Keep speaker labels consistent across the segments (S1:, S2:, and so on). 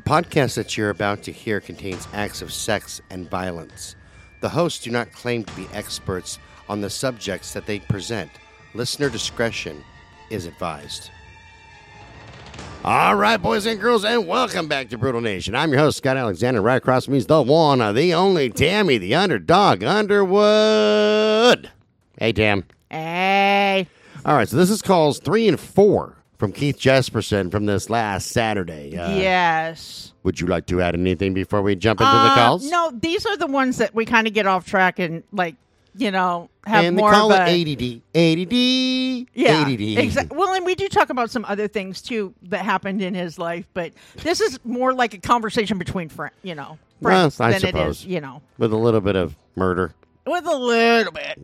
S1: podcast that you're about to hear contains acts of sex and violence. The hosts do not claim to be experts on the subjects that they present. Listener discretion is advised. All right, boys and girls, and welcome back to Brutal Nation. I'm your host, Scott Alexander. Right across from me is the one, uh, the only Tammy, the underdog, Underwood. Hey, Tam.
S2: Hey.
S1: All right, so this is calls three and four from Keith Jesperson from this last Saturday. Uh,
S2: yes.
S1: Would you like to add anything before we jump into the
S2: Uh,
S1: calls?
S2: No, these are the ones that we kind of get off track and like, you know, have
S1: And they
S2: more
S1: call
S2: of
S1: it
S2: a
S1: ADD. ADD.
S2: yeah,
S1: ADD.
S2: exa- Well, and we do talk about some other things too that happened in his life, but this is more like a conversation between friend, you know,
S1: Well,
S2: friends
S1: I
S2: than it
S1: suppose.
S2: is, you know,
S1: With a little bit of murder.
S2: with a little bit.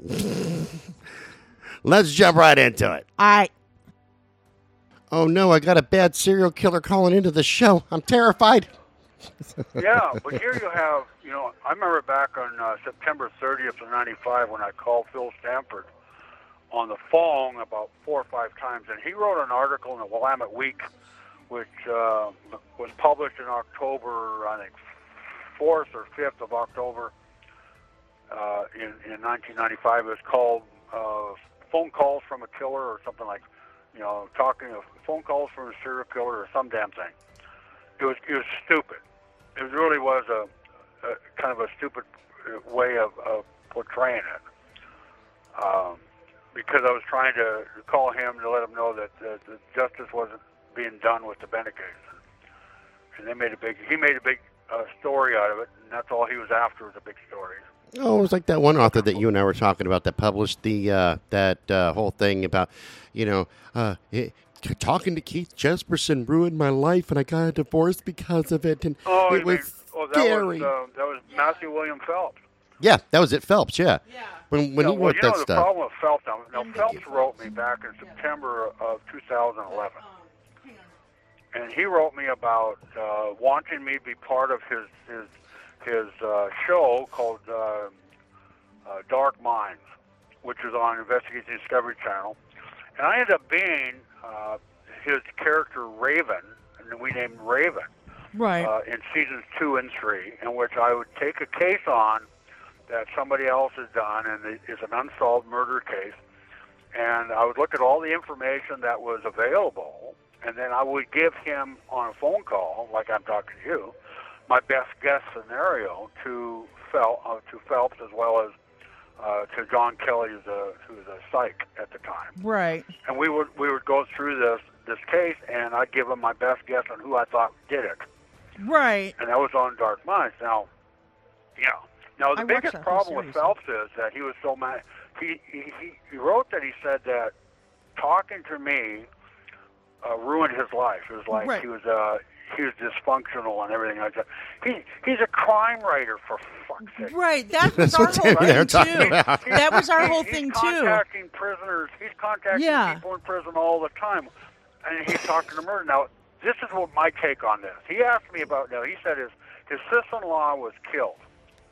S1: Let's jump right into it.
S2: I
S1: Oh no, I got a bad serial killer calling into the show. I'm terrified.
S3: yeah, but here you have, you know, I remember back on uh, September 30th of 95 when I called Phil Stanford on the phone about four or five times, and he wrote an article in the Willamette Week, which uh, was published in October, I think, 4th or 5th of October uh, in, in 1995. It was called uh, Phone Calls from a Killer or something like, you know, talking of phone calls from a serial killer or some damn thing. It was, it was stupid it really was a, a kind of a stupid uh, way of, of portraying it. Um, because I was trying to call him to let him know that, uh that justice wasn't being done with the Bennett case, and they made a big. He made a big uh, story out of it, and that's all he was after was a big story.
S1: Oh, it was like that one author that you and I were talking about that published the uh, that uh, whole thing about, you know, uh, it, talking to Keith Jesperson ruined my life, and I got a divorce because of it, and
S3: Oh,
S1: it
S3: you mean-
S1: was
S3: oh, that
S1: scary.
S3: was uh, that was Matthew William Phelps.
S1: yeah, that was it, Phelps. Yeah, yeah. When when
S3: Yeah,
S1: he
S3: well,
S1: wrote
S3: you
S1: that
S3: know the
S1: stuff.
S3: problem with Phelps. Now, now Phelps wrote me back in September of 2011, and he wrote me about uh, wanting me to be part of his his his uh, show called uh, uh, Dark Minds, which is on Investigation Discovery Channel, and I ended up being uh, his character Raven, and then we named Raven
S2: right.
S3: uh, in seasons two and three, in which I would take a case on that somebody else has done, and it is an unsolved murder case. And I would look at all the information that was available, and then I would give him on a phone call, like I'm talking to you, my best guess scenario to Fel- uh, to Phelps as well as uh, to John Kelly, who's a, who's a psych at the time
S2: right.
S3: and we would we would go through this this case, and I'd give him my best guess on who I thought did it,
S2: Right.
S3: and that was on Dark Minds. Now, yeah. Now the
S2: I watched
S3: biggest
S2: that whole
S3: problem with
S2: series.
S3: Phelps is that he was so mad. He he, he- he wrote that he said that talking to me uh, ruined his life. It was like
S2: Right.
S3: he was uh, he was dysfunctional and everything like that. He he's a crime writer for fuck's sake.
S2: Right. That was
S1: That's
S2: our
S1: what
S2: whole
S1: Tammy and I were talking
S2: thing too.
S1: about.
S2: That was our
S3: He-
S2: whole
S3: he's
S2: thing too.
S3: contacting prisoners. He's contacting
S2: Yeah.
S3: people in prison all the time, and he's talking to murder. Now, this is what my take on this. He asked me about. Now, he said his his sister-in-law was killed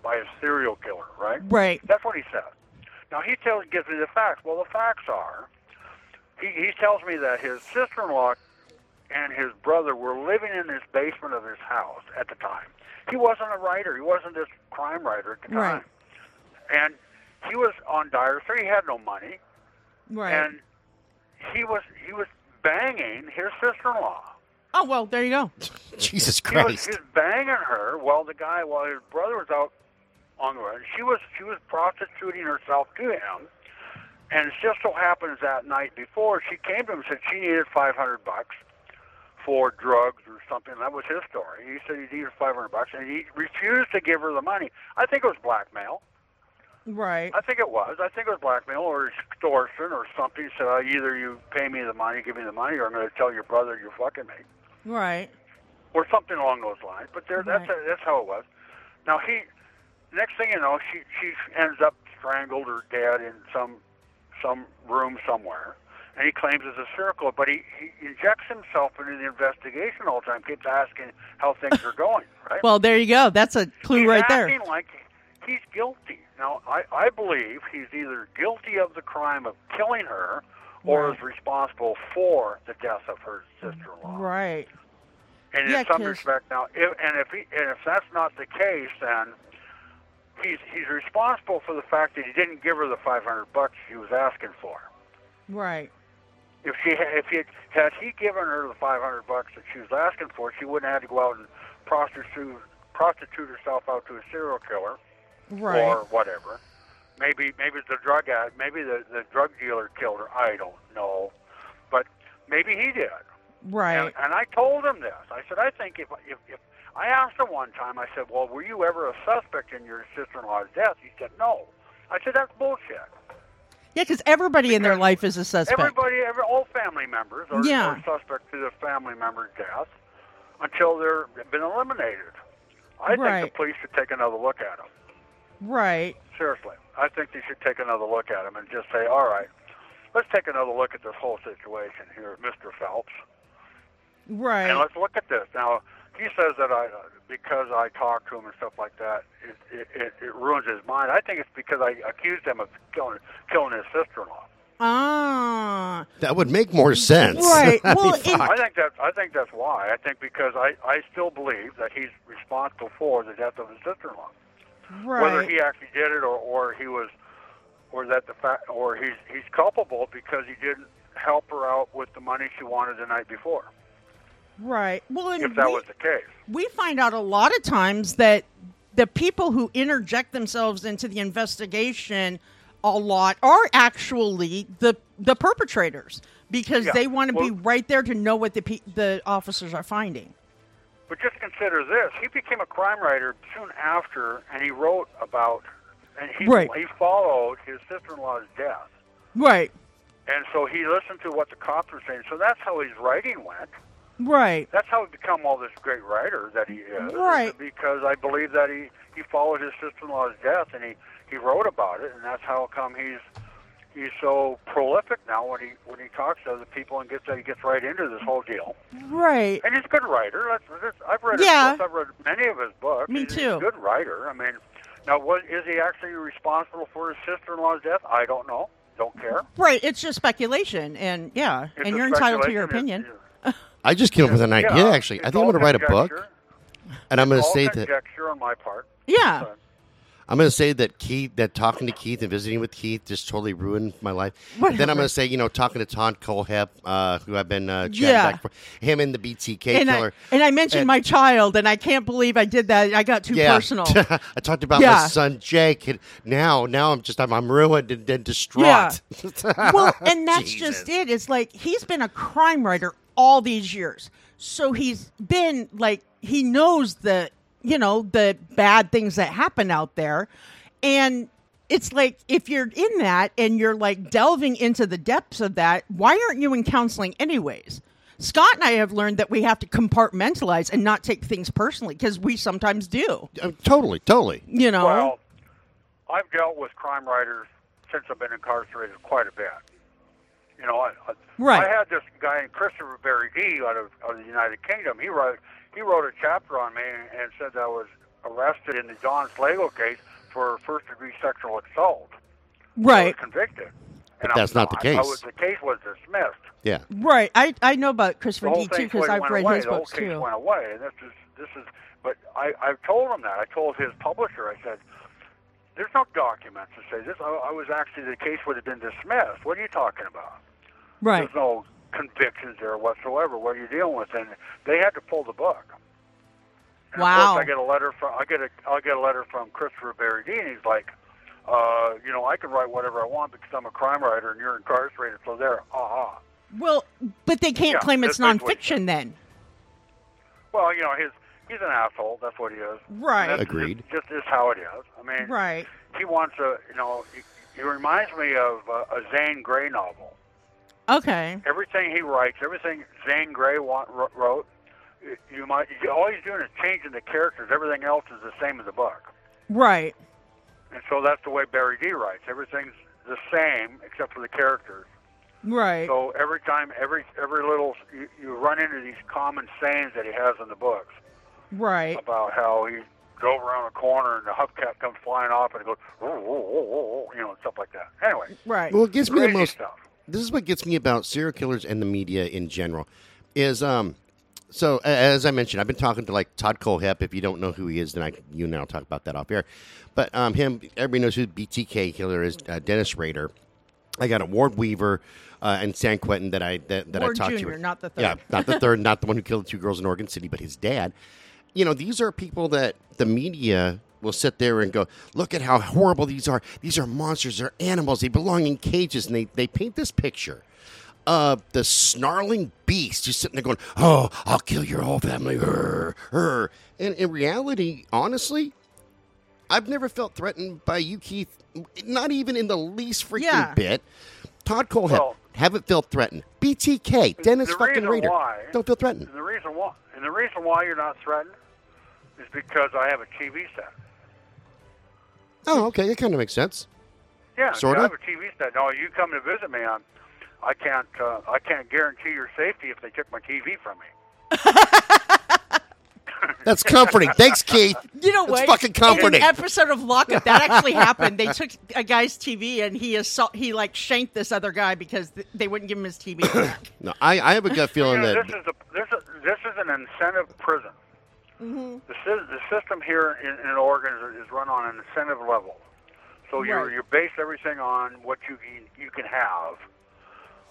S3: by a serial killer, right?
S2: Right.
S3: That's what he said. Now he tells gives me the facts. Well, the facts are, he he tells me that his sister-in-law and his brother were living in his basement of his house at the time. He wasn't a writer. He wasn't this crime writer at the time.
S2: Right.
S3: And he was on dire straits. He had no money,
S2: Right.
S3: and he was he was banging his sister-in-law.
S2: oh well, there you go.
S1: Jesus
S3: He was
S1: Christ.
S3: just banging her while the guy, while his brother was out on the road. She was she was prostituting herself to him, and it just so happens that night before she came to him and said she needed five hundred bucks for drugs or something. That was his story. He said he needed five hundred bucks, and he refused to give her the money. I think it was blackmail.
S2: Right.
S3: I think it was. I think it was blackmail or extortion or something. He said "Oh, either you pay me the money, give me the money, or I'm going to tell your brother you're fucking me
S2: Right.
S3: or something along those lines. But there, that's
S2: Right.
S3: that's how it was. Now he, next thing you know, she she ends up strangled or dead in some some room somewhere, and he claims it's a circle. But he, he injects himself into the investigation all the time, keeps asking how things are going. Right?
S2: Well, there you go. That's a clue
S3: he's
S2: right
S3: acting
S2: there.
S3: like he's guilty. Now I I believe he's either guilty of the crime of killing her. Or
S2: Right.
S3: is responsible for the death of her sister-in-law.
S2: Right.
S3: And
S2: Yeah,
S3: in some
S2: 'cause-
S3: respect, now, if, and if he, and if that's not the case, then he's he's responsible for the fact that he didn't give her the 500 bucks she was asking for.
S2: Right.
S3: If she had, if he had, had he given her the 500 bucks that she was asking for, she wouldn't have had to go out and prostitute prostitute herself out to a serial killer
S2: Right.
S3: or whatever. Maybe maybe the drug ad, maybe the the drug dealer killed her. I don't know, but maybe he did.
S2: right.
S3: And, and I told him this. I said, I think if, if if I asked him one time, I said, well, were you ever a suspect in your sister-in-law's death? He said, no. I said, that's bullshit.
S2: Yeah, because everybody in their life is a suspect.
S3: Everybody, every, all family members are,
S2: Yeah.
S3: are suspect to the family member's death until they're they've been eliminated. I think
S2: Right.
S3: the police should take another look at him.
S2: Right.
S3: Seriously, I think they should take another look at him and just say, all right, let's take another look at this whole situation here, Mr. Phelps.
S2: Right.
S3: And let's look at this. Now, he says that I, because I talked to him and stuff like that, it, it, it, it ruins his mind. I think it's because I accused him of killing, killing his sister-in-law.
S2: ah.
S1: That would make more sense.
S2: Right.
S1: I mean,
S2: Well, in-
S1: fuck.
S3: I think that I think that's why. I think because I, I still believe that he's responsible for the death of his sister-in-law, whether
S2: Right.
S3: he actually did it or, or he was, or that the fact or he's he's culpable because he didn't help her out with the money she wanted the night before.
S2: Right. Well, and
S3: If that
S2: we,
S3: was the case,
S2: we find out a lot of times that the people who interject themselves into the investigation a lot are actually the the perpetrators because
S3: Yeah.
S2: they want to be
S3: Well-
S2: right there to know what the pe- the officers are finding.
S3: but just consider this: he became a crime writer soon after, and he wrote about and he
S2: Right.
S3: he followed his sister-in-law's death,
S2: Right.
S3: and so he listened to what the cops were saying. So that's how his writing went.
S2: Right.
S3: that's how he become all this great writer that he is.
S2: Right.
S3: Because I believe that he he followed his sister-in-law's death and he he wrote about it, and that's how come he's he's so prolific now when he when he talks to other people and gets he gets right into this whole deal.
S2: Right.
S3: And he's a good writer. That's, that's, I've read his
S2: Yeah.
S3: books. I've read many of his books.
S2: Me
S3: He's a
S2: too.
S3: good writer. I mean, now what is he actually responsible for his sister-in-law's death? I don't know. Don't care.
S2: Right. It's just speculation, and yeah,
S3: It's
S2: and
S3: a
S2: you're entitled to your
S3: speculation.
S2: opinion.
S3: It's-
S1: I just came up with an
S3: yeah,
S1: idea, actually.
S3: it's
S1: I think I'm going
S3: all
S1: to write a book,
S3: conjecture.
S1: and I'm going to
S3: All
S1: say that
S3: conjecture on my part.
S2: Yeah.
S3: But-
S1: I'm going to say that Keith, that talking to Keith and visiting with Keith just totally ruined my life. And then I'm going
S2: Whatever.
S1: to say, you know, talking to Tom Colehep, uh, who I've been uh, chatting
S2: Yeah.
S1: back for, him and the BTK
S2: And I,
S1: killer.
S2: and I mentioned
S1: And-
S2: my child, and I can't believe I did that. I got too
S1: yeah,
S2: personal.
S1: I talked about my
S2: Yeah.
S1: son Jake. And now, now I'm just I'm, I'm ruined and, and
S2: Yeah.
S1: distraught.
S2: well, and that's
S1: Jesus.
S2: just it. It's like he's been a crime writer all these years. So he's been like he knows the you know the bad things that happen out there and it's like if you're in that and you're like delving into the depths of that, why aren't you in counseling anyways? Scott and I have learned that we have to compartmentalize and not take things personally because we sometimes do.
S1: Uh, totally, totally.
S2: You know,
S3: Well, I've dealt with crime writers since I've been incarcerated quite a bit. You know, I, I,
S2: Right.
S3: I had this guy, Christopher Barry D, out of, out of the United Kingdom. He wrote he wrote a chapter on me and, and said that I was arrested in the John Slagle case for first degree sexual assault. I was
S2: right,
S3: convicted.
S1: But
S3: And
S1: that's not the
S3: I-
S1: case.
S3: I was, the case was dismissed.
S1: Yeah.
S2: right. I, I know about
S3: The
S2: Christopher
S3: whole
S2: D too
S3: thing
S2: because
S3: went
S2: I've
S3: went
S2: read
S3: away.
S2: his
S3: the whole
S2: books
S3: case
S2: too.
S3: went away, and this is this is. But I I've told him that. I told his publisher. I said, "There's no documents to say this. I, I was actually the case would have been dismissed. What are you talking about?
S2: Right.
S3: There's no convictions there whatsoever. What are you dealing with?" And they had to pull the book. And Of
S2: Wow.
S3: course, I get a letter from I get a I get a letter from Christopher Barry Dean. He's like, uh, you know, I can write whatever I want because I'm a crime writer and you're incarcerated. So there, aha.
S2: Well, but they can't
S3: Yeah,
S2: claim it's
S3: that's basically-
S2: nonfiction then.
S3: Well, you know, he's he's an asshole. That's what he is.
S2: Right.
S3: That's
S1: Agreed.
S3: Just, just is how it is. I mean,
S2: Right.
S3: he wants a, you know, he, he reminds me of uh, a Zane Grey novel.
S2: Okay.
S3: Everything he writes, everything Zane Grey wa- wr- wrote, y- you might you, all he's doing is changing the characters. Everything else is the same as the book.
S2: Right.
S3: And so that's the way Barry D writes. Everything's the same except for the characters.
S2: Right.
S3: So every time, every every little, you, you run into these common sayings that he has in the books.
S2: right.
S3: about how he drove around a corner and the hubcap comes flying off and it goes, "Ooh, ooh, ooh, ooh," you know, and stuff like that. Anyway,
S2: Right.
S1: Well, it gets me the
S3: crazy
S1: most.
S3: stuff.
S1: This is what gets me about serial killers and the media in general, is um, So a- as I mentioned, I've been talking to like Todd Colehep. If you don't know who he is, then I you and I'll talk about that off air. But um, him, everybody knows who the BTK killer is, uh, Dennis Rader. I got a Ward Weaver uh, and San Quentin that I that, that I
S2: Ward
S1: talked
S2: Jr.,
S1: to.
S2: not the third.
S1: Yeah, not the third, not the one who killed the two girls in Oregon City, but his dad. You know, these are people that the media will sit there and go, look at how horrible these are. These are monsters. They're animals. They belong in cages. And they, they paint this picture of the snarling beast who's sitting there going, oh, I'll kill your whole family. Rrr, rrr. And in reality, honestly, I've never felt threatened by you, Keith, not even in the least freaking
S2: Yeah.
S1: bit. Todd Cole
S3: Well-
S1: haven't felt threatened. BTK, Dennis
S3: The
S1: fucking
S3: reason
S1: Rader.
S3: why-
S1: Don't feel threatened.
S3: And the reason why, and the reason why you're not threatened, is because I have a TV set.
S1: Oh, okay. That kind of makes sense.
S3: Yeah,
S1: Sorta?
S3: I have a TV set. No, you come to visit me. I'm, I can't. Uh, I can't guarantee your safety if they took my TV from me.
S1: That's comforting. Thanks, Keith.
S2: You know
S1: It's
S2: what?
S1: fucking comforting.
S2: In an episode of Lockup, that actually happened. They took a guy's TV and he assault, he like shanked this other guy because th- they wouldn't give him his TV back.
S1: No, I, I have a gut feeling
S3: You know,
S1: that
S3: this is a, this is this is an incentive prison.
S2: Mm-hmm.
S3: The, sy- the system here in, in Oregon is, is run on an incentive level, so you
S2: Right.
S3: you base everything on what you can you can have.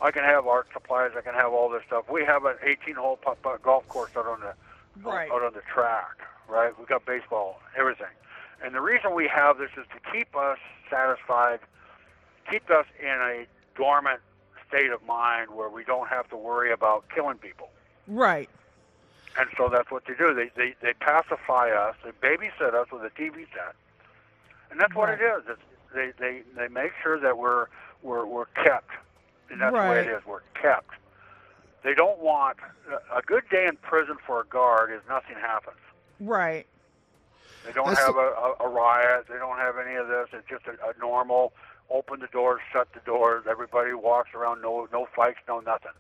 S3: I can have art supplies. I can have all this stuff. We have an 18-hole putt, putt golf course out on the
S2: Right.
S3: out on the track. Right. We got baseball, everything, and the reason we have this is to keep us satisfied keep us in a dormant state of mind where we don't have to worry about killing people.
S2: right.
S3: And so that's what they do. They they, they pacify us. They babysit us with a TV set, and that's what it
S2: Right.
S3: is. It's, they they they make sure that we're we're we're kept, and that's the way
S2: Right.
S3: it is. We're kept. They don't want a- a good day in prison for a guard is nothing happens.
S2: Right.
S3: They don't
S1: That's
S3: have
S1: the-
S3: a, a, a riot. They don't have any of this. It's just a, a normal open the doors, shut the doors. Everybody walks around. No, no fights, no nothing.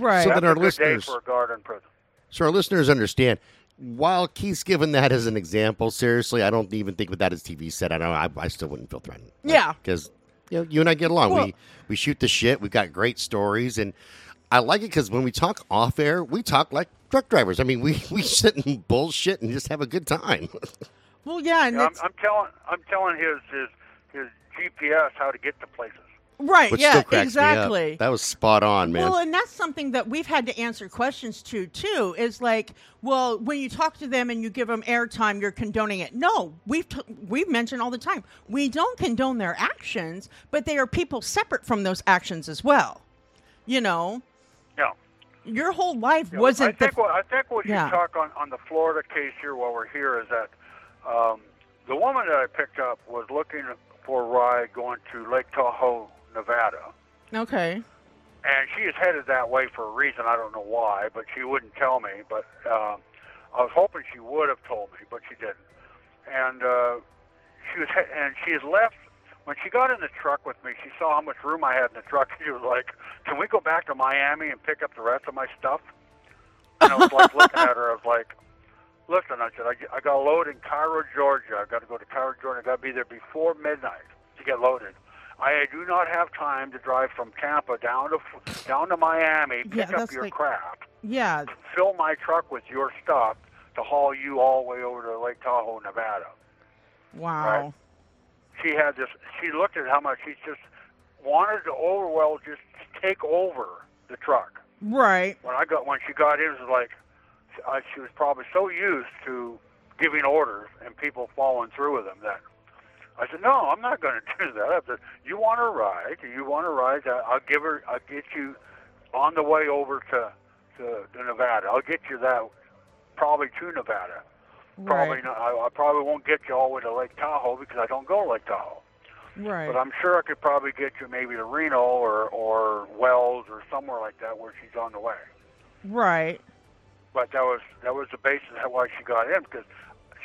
S2: Right.
S1: So
S3: That's
S1: that our
S3: a good day
S1: listeners-
S3: for a guard in prison.
S1: so our listeners understand. While Keith's given that as an example, seriously, I don't even think with that as TV set. I don't. I, I still wouldn't feel threatened.
S2: Yeah.
S1: because you know you and I get along.
S2: Well-
S1: we we shoot the shit. We've got great stories, and I like it because when we talk off air, we talk like truck drivers. I mean, we we sit and bullshit and just have a good time.
S2: well, yeah, and
S3: Yeah, I'm,
S2: it's,
S3: I'm telling, I'm telling his his his GPS how to get to places.
S2: right.
S1: Which
S2: yeah,
S1: still cracks
S2: exactly.
S1: me up. That was spot on, man.
S2: Well, and that's something that we've had to answer questions to too. Is like, well, when you talk to them and you give them airtime, you're condoning it. No, we've t- we've mentioned all the time we don't condone their actions, but they are people separate from those actions as well. You know,
S3: Yeah.
S2: your whole life
S3: Yeah, I
S2: wasn't the
S3: think what I think what
S2: Yeah.
S3: you talk on on the Florida case here while we're here is that um, the woman that I picked up was looking for a ride going to Lake Tahoe, Nevada.
S2: okay,
S3: and she is headed that way for a reason. I don't know why, but she wouldn't tell me. But um, I was hoping she would have told me, but she didn't. And uh, she was, he- and she has left. When she got in the truck with me, she saw how much room I had in the truck. She was like, "Can we go back to Miami and pick up the rest of my stuff?" And I was like looking at her. I was like, "Listen," I said, "I, I got a load in Cairo, Georgia. I got to go to Cairo, Georgia. I got to be there before midnight to get loaded. I do not have time to drive from Tampa down to F- down to Miami,
S2: Yeah,
S3: pick up
S2: that's
S3: your
S2: like-
S3: crap,
S2: yeah,
S3: fill my truck with your stuff to haul you all the way over to Lake Tahoe, Nevada."
S2: wow,
S3: Right. She had this. She looked at how much she just wanted to overwhelm, just take over the truck.
S2: right.
S3: when I got when she got in, it was like I, she was probably so used to giving orders and people following through with them that I said, "No, I'm not going to do that." I said, "You want a ride? You want a ride? I- I'll give her. I'll get you on the way over to to, to Nevada. I'll get you that probably to Nevada. Probably
S2: Right.
S3: not. I, I probably won't get you all the way to Lake Tahoe because I don't go to Lake Tahoe."
S2: Right.
S3: But I'm sure I could probably get you maybe to Reno or, or Wells or somewhere like that where she's on the way.
S2: right.
S3: But that was that was the basis of why she got in because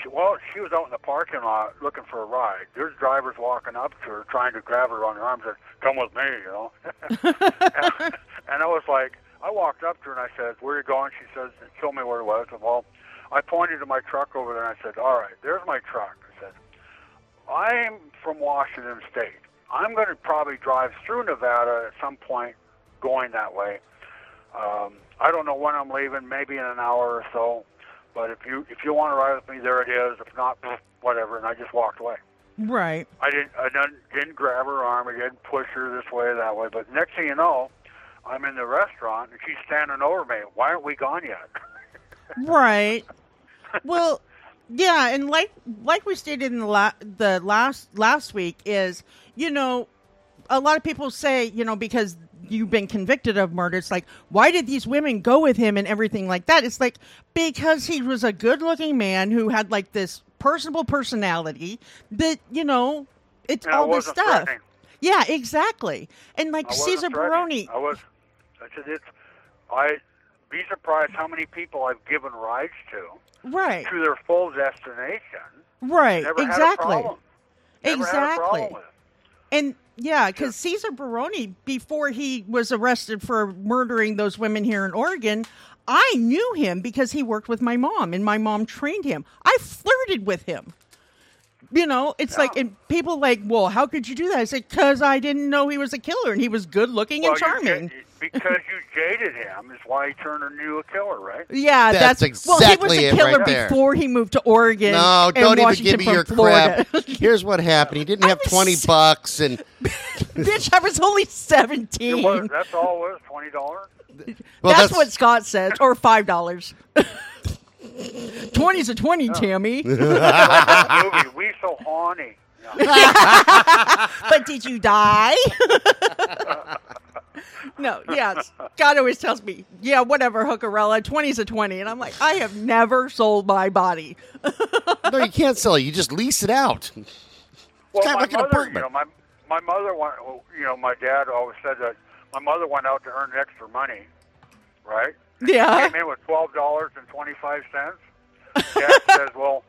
S3: she well she was out in the parking lot looking for a ride. There's drivers walking up to her trying to grab her on her arms and come with me, you know. and, I was like, I walked up to her and I said, "Where you going?" She says, "Show me where it was." I said, well, I pointed to my truck over there and I said, "All right, there's my truck." I said, "I'm from Washington State. I'm going to probably drive through Nevada at some point, going that way." Um, I don't know when I'm leaving, maybe in an hour or so. But if you if you want to ride with me, there it is. If not, whatever. And I just walked away.
S2: Right.
S3: I didn't I didn't, didn't grab her arm. I didn't push her this way or that way. But next thing you know, I'm in the restaurant and she's standing over me. Why aren't we gone yet?
S2: Right. well, yeah, and like like we stated in the la- the last last week is, you know, a lot of people say, you know, because you've been convicted of murder, it's like, why did these women go with him and everything like that? It's like because he was a good-looking man who had like this personable personality that, you know, it's
S3: And I
S2: all this
S3: wasn't
S2: stuff.
S3: threatening.
S2: Yeah, exactly. And like
S3: I wasn't
S2: Caesar
S3: threatening.
S2: Baroni,
S3: I was. I said it's. I be surprised how many people I've given rides to
S2: right,
S3: to their full destination.
S2: right,
S3: Never had a
S2: exactly.
S3: problem. Never Had a
S2: Exactly.
S3: problem with it.
S2: And yeah, because Caesar Baroni, before he was arrested for murdering those women here in Oregon, I knew him because he worked with my mom and my mom trained him. I flirted with him. You know, it's
S3: Oh.
S2: like, and people like, well, how could you do that? I said, because I didn't know he was a killer and he was good looking and
S3: Well, you
S2: charming.
S3: ja- because you jaded him is why he turned on you a killer, right?
S2: yeah,
S1: That's
S2: that's, well,
S1: exactly
S2: he
S1: it
S2: was a killer
S1: right there.
S2: before he moved to Oregon.
S1: No,
S2: and
S1: don't even
S2: Washington
S1: give me your
S2: from Florida.
S1: crap. Here's what happened. He didn't have
S2: was
S1: twenty
S2: so-
S1: bucks, and
S2: Bitch, I was only
S3: It
S2: 17.
S3: was, that's all it was, twenty dollars.
S1: well,
S2: that's,
S1: that's,
S2: what Scott says, or five dollars. Twenty's a twenty,
S1: Oh.
S2: Tammy.
S3: movie, we so horny. Yeah.
S2: but did you die? no, yeah. Scott always tells me, yeah, whatever, hookerella, twenty's a twenty, and I'm like, I have never sold my body.
S1: no, you can't sell it. You just lease it out.
S3: Well,
S1: Kind of
S3: my
S1: like an
S3: mother, you
S1: apartment.
S3: know, my my mother went. You know, my dad always said that my mother went out to earn extra money, right?
S2: Yeah,
S3: Came in with twelve dollars and twenty five cents. Dad says, "Well,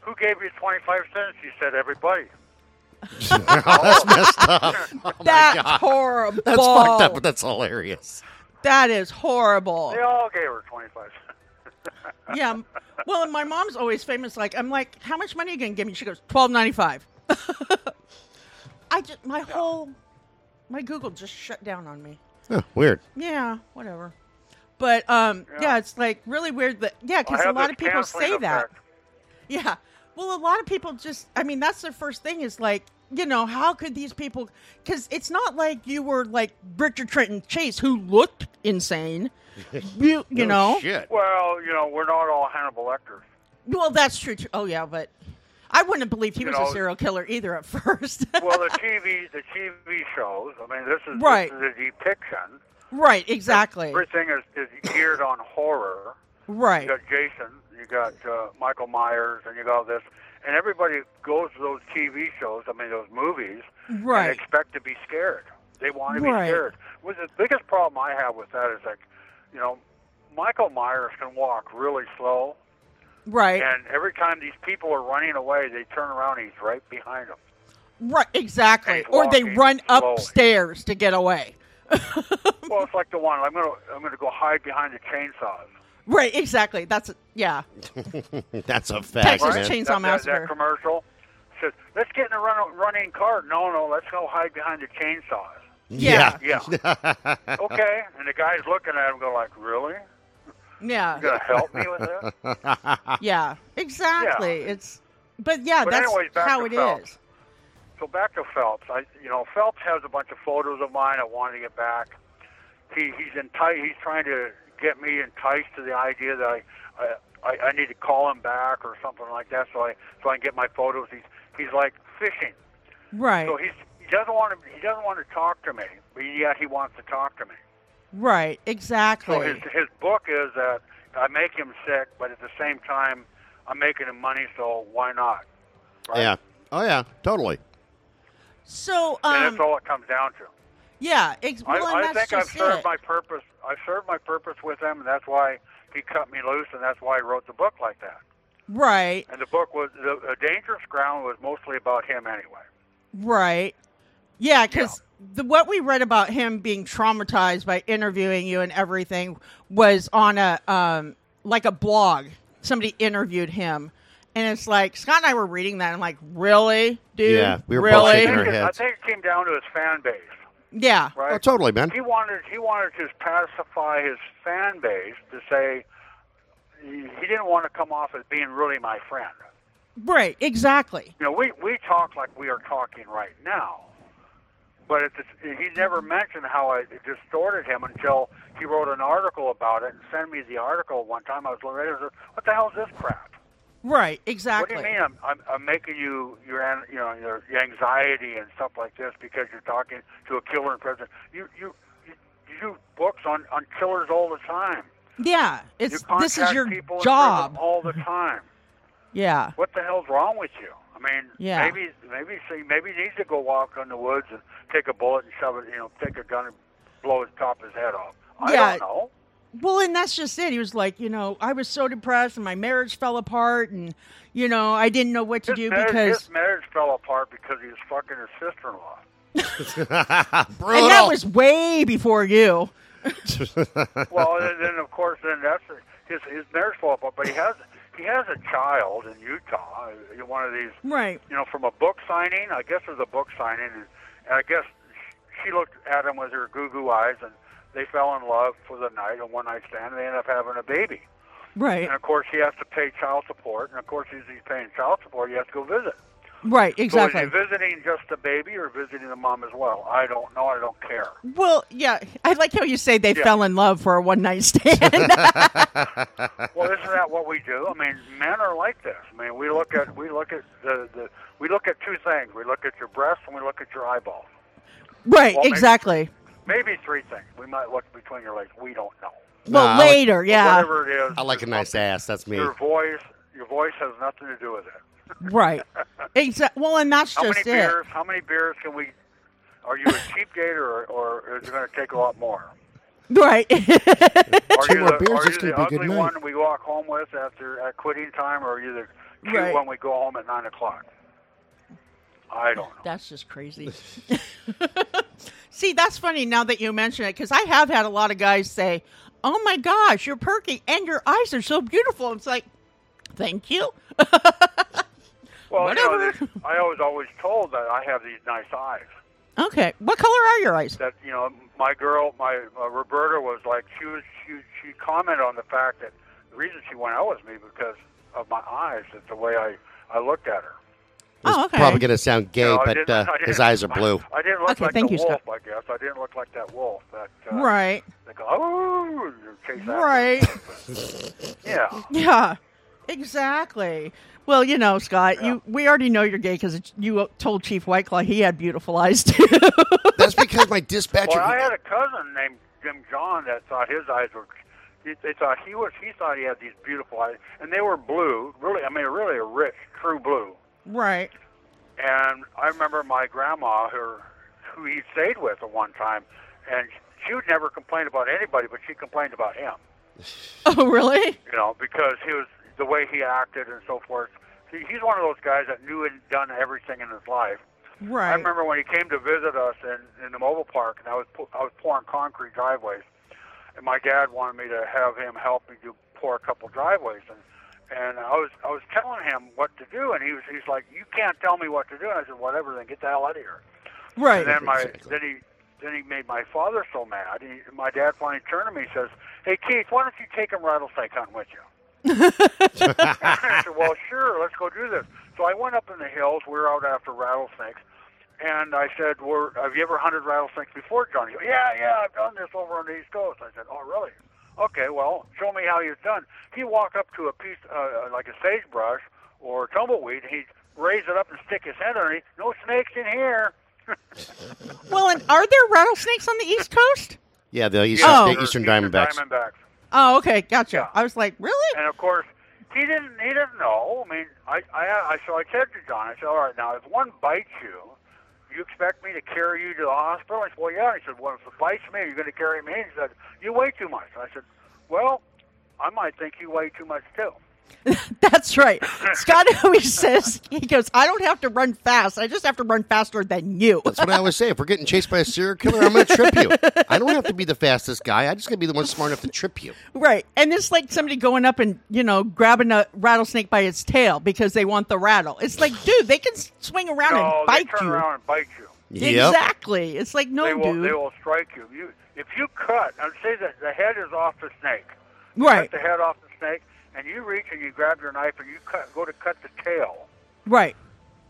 S3: who gave you twenty five cents?" She said, "Everybody."
S2: that's
S1: Oh God.
S2: horrible.
S1: That's
S2: Oh.
S1: fucked up, but that's hilarious.
S2: That is horrible.
S3: They all gave her twenty five cents.
S2: yeah. m- Well, and my mom's always famous. Like, I'm like, how much money are you gonna give me? She goes, twelve ninety five. I just my whole my Google just shut down on me.
S1: Huh, Oh, weird.
S2: Yeah, whatever. But um, yeah, it's like really weird that yeah, because
S3: I
S2: a
S3: have
S2: lot
S3: this
S2: of people
S3: canceling
S2: say that.
S3: effect.
S2: Yeah. Well, a lot of people just, I mean, that's their first thing is like, you know, how could these people, because it's not like you were like Richard Trenton Chase who looked insane. You, you know?
S1: Oh, shit.
S3: Well, you know, we're not all Hannibal Lecters.
S2: Well, that's true. Too. Oh, yeah, but I wouldn't have believed he
S3: You
S2: was
S3: know-
S2: a serial killer either at first.
S3: Well, the TV, the TV shows. I mean, this is
S2: Right.
S3: this is a depiction.
S2: right, exactly.
S3: Everything is, is geared on horror.
S2: Right.
S3: You got Jason, you got uh, Michael Myers, and you got this, and everybody goes to those TV shows. I mean, those movies,
S2: Right.
S3: And expect to be scared. They want to
S2: Right.
S3: be scared. Well, the biggest problem I have with that is like, you know, Michael Myers can walk really slow,
S2: Right.
S3: and every time these people are running away, they turn around, he's right behind them.
S2: Right. Exactly.
S3: And he's
S2: Or they
S3: walking
S2: run
S3: slowly.
S2: upstairs to get away.
S3: Well, it's like the one I'm gonna I'm gonna go hide behind the chainsaws.
S2: Right. Exactly. That's, yeah.
S1: That's a fact,
S2: Texas
S1: man.
S2: Chainsaw
S3: that, that,
S2: Massacre.
S3: that commercial says, "Let's get in a run, running car." No, no, let's go hide behind the chainsaws.
S1: yeah.
S3: Yeah. okay. And the guy's looking at him, going like, "Really?
S2: Yeah.
S3: You gonna help me with this?"
S2: Yeah, exactly. It's but yeah,
S3: But
S2: that's
S3: anyways, back
S2: how
S3: to
S2: it
S3: Phelps.
S2: is.
S3: So back to Phelps. I, you know, Phelps has a bunch of photos of mine. I wanted to get back. He he's enti- He's trying to get me enticed to the idea that I, I I I need to call him back or something like that. So I so I can get my photos. He's he's like fishing.
S2: Right.
S3: So he's he doesn't want to he doesn't want to talk to me, but yet he wants to talk to me.
S2: right.
S3: So
S2: Exactly.
S3: his his book is that I make him sick, but at the same time, I'm making him money, so why not? Right?
S1: Yeah. Oh yeah. Totally.
S2: so
S3: and
S2: um
S3: that's all it comes down to.
S2: yeah, ex- well, and
S3: I, I
S2: that's
S3: think I've
S2: just
S3: served
S2: it.
S3: my purpose. I've served my purpose with him, and that's why he cut me loose, and that's why I wrote the book like that.
S2: right.
S3: And the book was the a dangerous ground was mostly about him anyway.
S2: Right. Yeah, because the what we read about him being traumatized by interviewing you and everything was on a um like a blog. Somebody interviewed him, and it's like Scott and I were reading that. And I'm like, really, dude?
S1: Yeah, we were both
S2: really?
S1: shaking
S3: I
S1: our
S3: think, it, I
S1: heads.
S3: think it came down to his fan base.
S2: Yeah.
S3: right?
S1: Oh, totally, man.
S3: He wanted he wanted to pacify his fan base to say he he didn't want to come off as being really my friend.
S2: Right. Exactly.
S3: You know, we we talk like we are talking right now, but it's, he never mentioned how it distorted him until he wrote an article about it and sent me the article one time. I was looking at it, I said, "What the hell is this crap?"
S2: Right. Exactly.
S3: What do you mean? I'm, I'm, I'm making you your an- you know your, your anxiety and stuff like this because you're talking to a killer in prison. You you you, you do books on on killers all the time.
S2: Yeah.
S3: You
S2: It's
S3: contact
S2: this is your
S3: people in prison
S2: job.
S3: all the time.
S2: Yeah.
S3: What the hell's wrong with you? I mean,
S2: Yeah.
S3: maybe maybe see maybe he needs to go walk in the woods and take a bullet and shove it. You know, take a gun and blow his top of his head off. I
S2: Yeah.
S3: don't know.
S2: Well, and that's just it. He was like, you know, I was so depressed and my marriage fell apart and you know, I didn't know what to
S3: his
S2: do
S3: marriage,
S2: because
S3: his marriage fell apart because he was fucking his
S2: and
S3: sister-in-law.
S2: that
S1: Ah, Brutal.
S2: was way before you.
S3: Well, and then of course, then that's his his marriage fall apart. But he has he has a child in Utah. uh, One of these,
S2: Right.
S3: you know, from a book signing. I guess there's a book signing, and, and I guess she looked at him with her goo goo eyes, and they fell in love for the night, a one night stand. And they end up having a baby,
S2: Right.
S3: and of course, he has to pay child support, and of course, he's, he's paying child support. He has to go visit.
S2: Right,
S3: So
S2: exactly.
S3: is he visiting just the baby or visiting the mom as well? I don't know. I don't care.
S2: Well, yeah. I like how you say they
S3: Yeah.
S2: fell in love for a one night stand.
S3: Well, isn't that what we do? I mean, men are like this. I mean, we look at we look at the, the we look at two things. We look at your breasts and we look at your eyeballs.
S2: right,
S3: Well, maybe-
S2: exactly.
S3: Maybe three things. We might look between your legs. We don't know.
S1: Nah, I
S2: Well,
S1: like-
S2: later, yeah.
S3: Whatever it is.
S1: I like a nice ass. That's me.
S3: Your voice, your voice has nothing to do with it.
S2: Right. Exactly. Well, and that's
S3: How
S2: just
S3: many
S2: it.
S3: beers? How many beers can we? Are you a cheap gator, or, or is it going to take a lot more?
S2: Right.
S3: Are
S1: Two
S3: you
S1: more
S3: the,
S1: beers,
S3: Are
S1: it's gonna
S3: you the
S1: be a good
S3: ugly
S1: night.
S3: one we walk home with after at quitting time, or are you the cute
S2: Right.
S3: one we go home at nine o'clock? I don't know.
S2: That's just crazy. See, that's funny now that you mention it because I have had a lot of guys say, "Oh my gosh, you're perky and your eyes are so beautiful." It's like, thank you.
S3: Well, You know,
S2: Whatever.
S3: they- I was always told that I have these nice eyes.
S2: Okay, what color are your eyes?
S3: That you know, my girl, my uh, Roberta was like she was she she commented on the fact that the reason she went out with me because of my eyes, that the way I I looked at her.
S2: Oh, okay.
S1: Probably going to sound
S3: You
S1: gay,
S3: know, I
S1: but
S3: didn't-
S1: uh,
S3: I didn't-
S1: his eyes are blue.
S3: I, didn't look
S2: Okay,
S3: like
S2: thank
S3: the
S2: you,
S3: wolf. I guess I didn't look like that wolf. That uh,
S2: right,
S3: They go, oh, you chase after
S2: right.
S3: Yeah.
S2: yeah, exactly. Well, you know, Scott, you we already know you're gay because you uh, told Chief Whiteclaw he had beautiful eyes too.
S1: That's because my dispatcher.
S3: Well, I had a cousin named Jim John that thought his eyes were. He, they thought he was. He thought he had these beautiful eyes, and they were blue. Really, I mean, really a rich, true blue.
S2: right.
S3: And I remember my grandma, her, who he stayed with at one time, and she would never complain about anybody, but she complained about him.
S2: Oh, really?
S3: You know, because he was the way he acted and so forth. He, he's one of those guys that knew and done everything in his life. I
S2: Right.
S3: remember when he came to visit us in, in the mobile park, and I was pu- I was pouring concrete driveways, and my dad wanted me to have him help me do pour a couple driveways, and and I was I was telling him what to do, and he was he's like, you can't tell me what to do, and I said, whatever, then get the hell out of here.
S2: Right.
S3: And then my
S1: Exactly.
S3: then he then he made my father so mad. He, my dad finally turned to me and says, hey Keith, why don't you take him rattlesnake hunting with you? I said, well, sure, let's go do this. So I went up in the hills. We were out after rattlesnakes. And I said, well, have you ever hunted rattlesnakes before, Johnny? He goes, yeah, yeah, I've done this over on the East Coast. I said, oh, really? Okay, well, show me how you've done. He walked up to a piece, uh, like a sagebrush or tumbleweed, and he'd raise it up and stick his head underneath. No snakes in here.
S2: Well, and are there rattlesnakes on the East Coast?
S1: yeah, the Eastern,
S2: Oh.
S1: the Eastern Diamondbacks.
S3: Diamondbacks.
S2: Oh, okay, gotcha.
S3: Yeah.
S2: I was like, really?
S3: And of course, he didn't. He didn't know. I mean, I, I, I. So I said to John, I said, "All right, now if one bites you, you expect me to carry you to the hospital?" He said, "Well, yeah." He said, "Well, if it bites me, you're going to carry me." He said, "You weigh too much." I said, "Well, I might think you weigh too much too."
S2: That's right. Scott always says he goes, I don't have to run fast. I just have to run faster than you.
S1: That's what I always say. If we're getting chased by a serial killer, I'm going to trip you. I don't have to be the fastest guy. I just got to be the one smart enough to trip you.
S2: Right. And it's like somebody going up and, you know, grabbing a rattlesnake by its tail because they want the rattle. It's like, dude, they can s- swing around
S3: no,
S2: and bite
S3: they turn
S2: you.
S3: around and bite you.
S1: Yep.
S2: Exactly. It's like no,
S3: they will
S2: dude.
S3: they will strike you. You if you cut, and say that the head is off the snake. You
S2: Right.
S3: Cut the head off the snake, and you reach and you grab your knife and you cut, go to cut the tail.
S2: Right.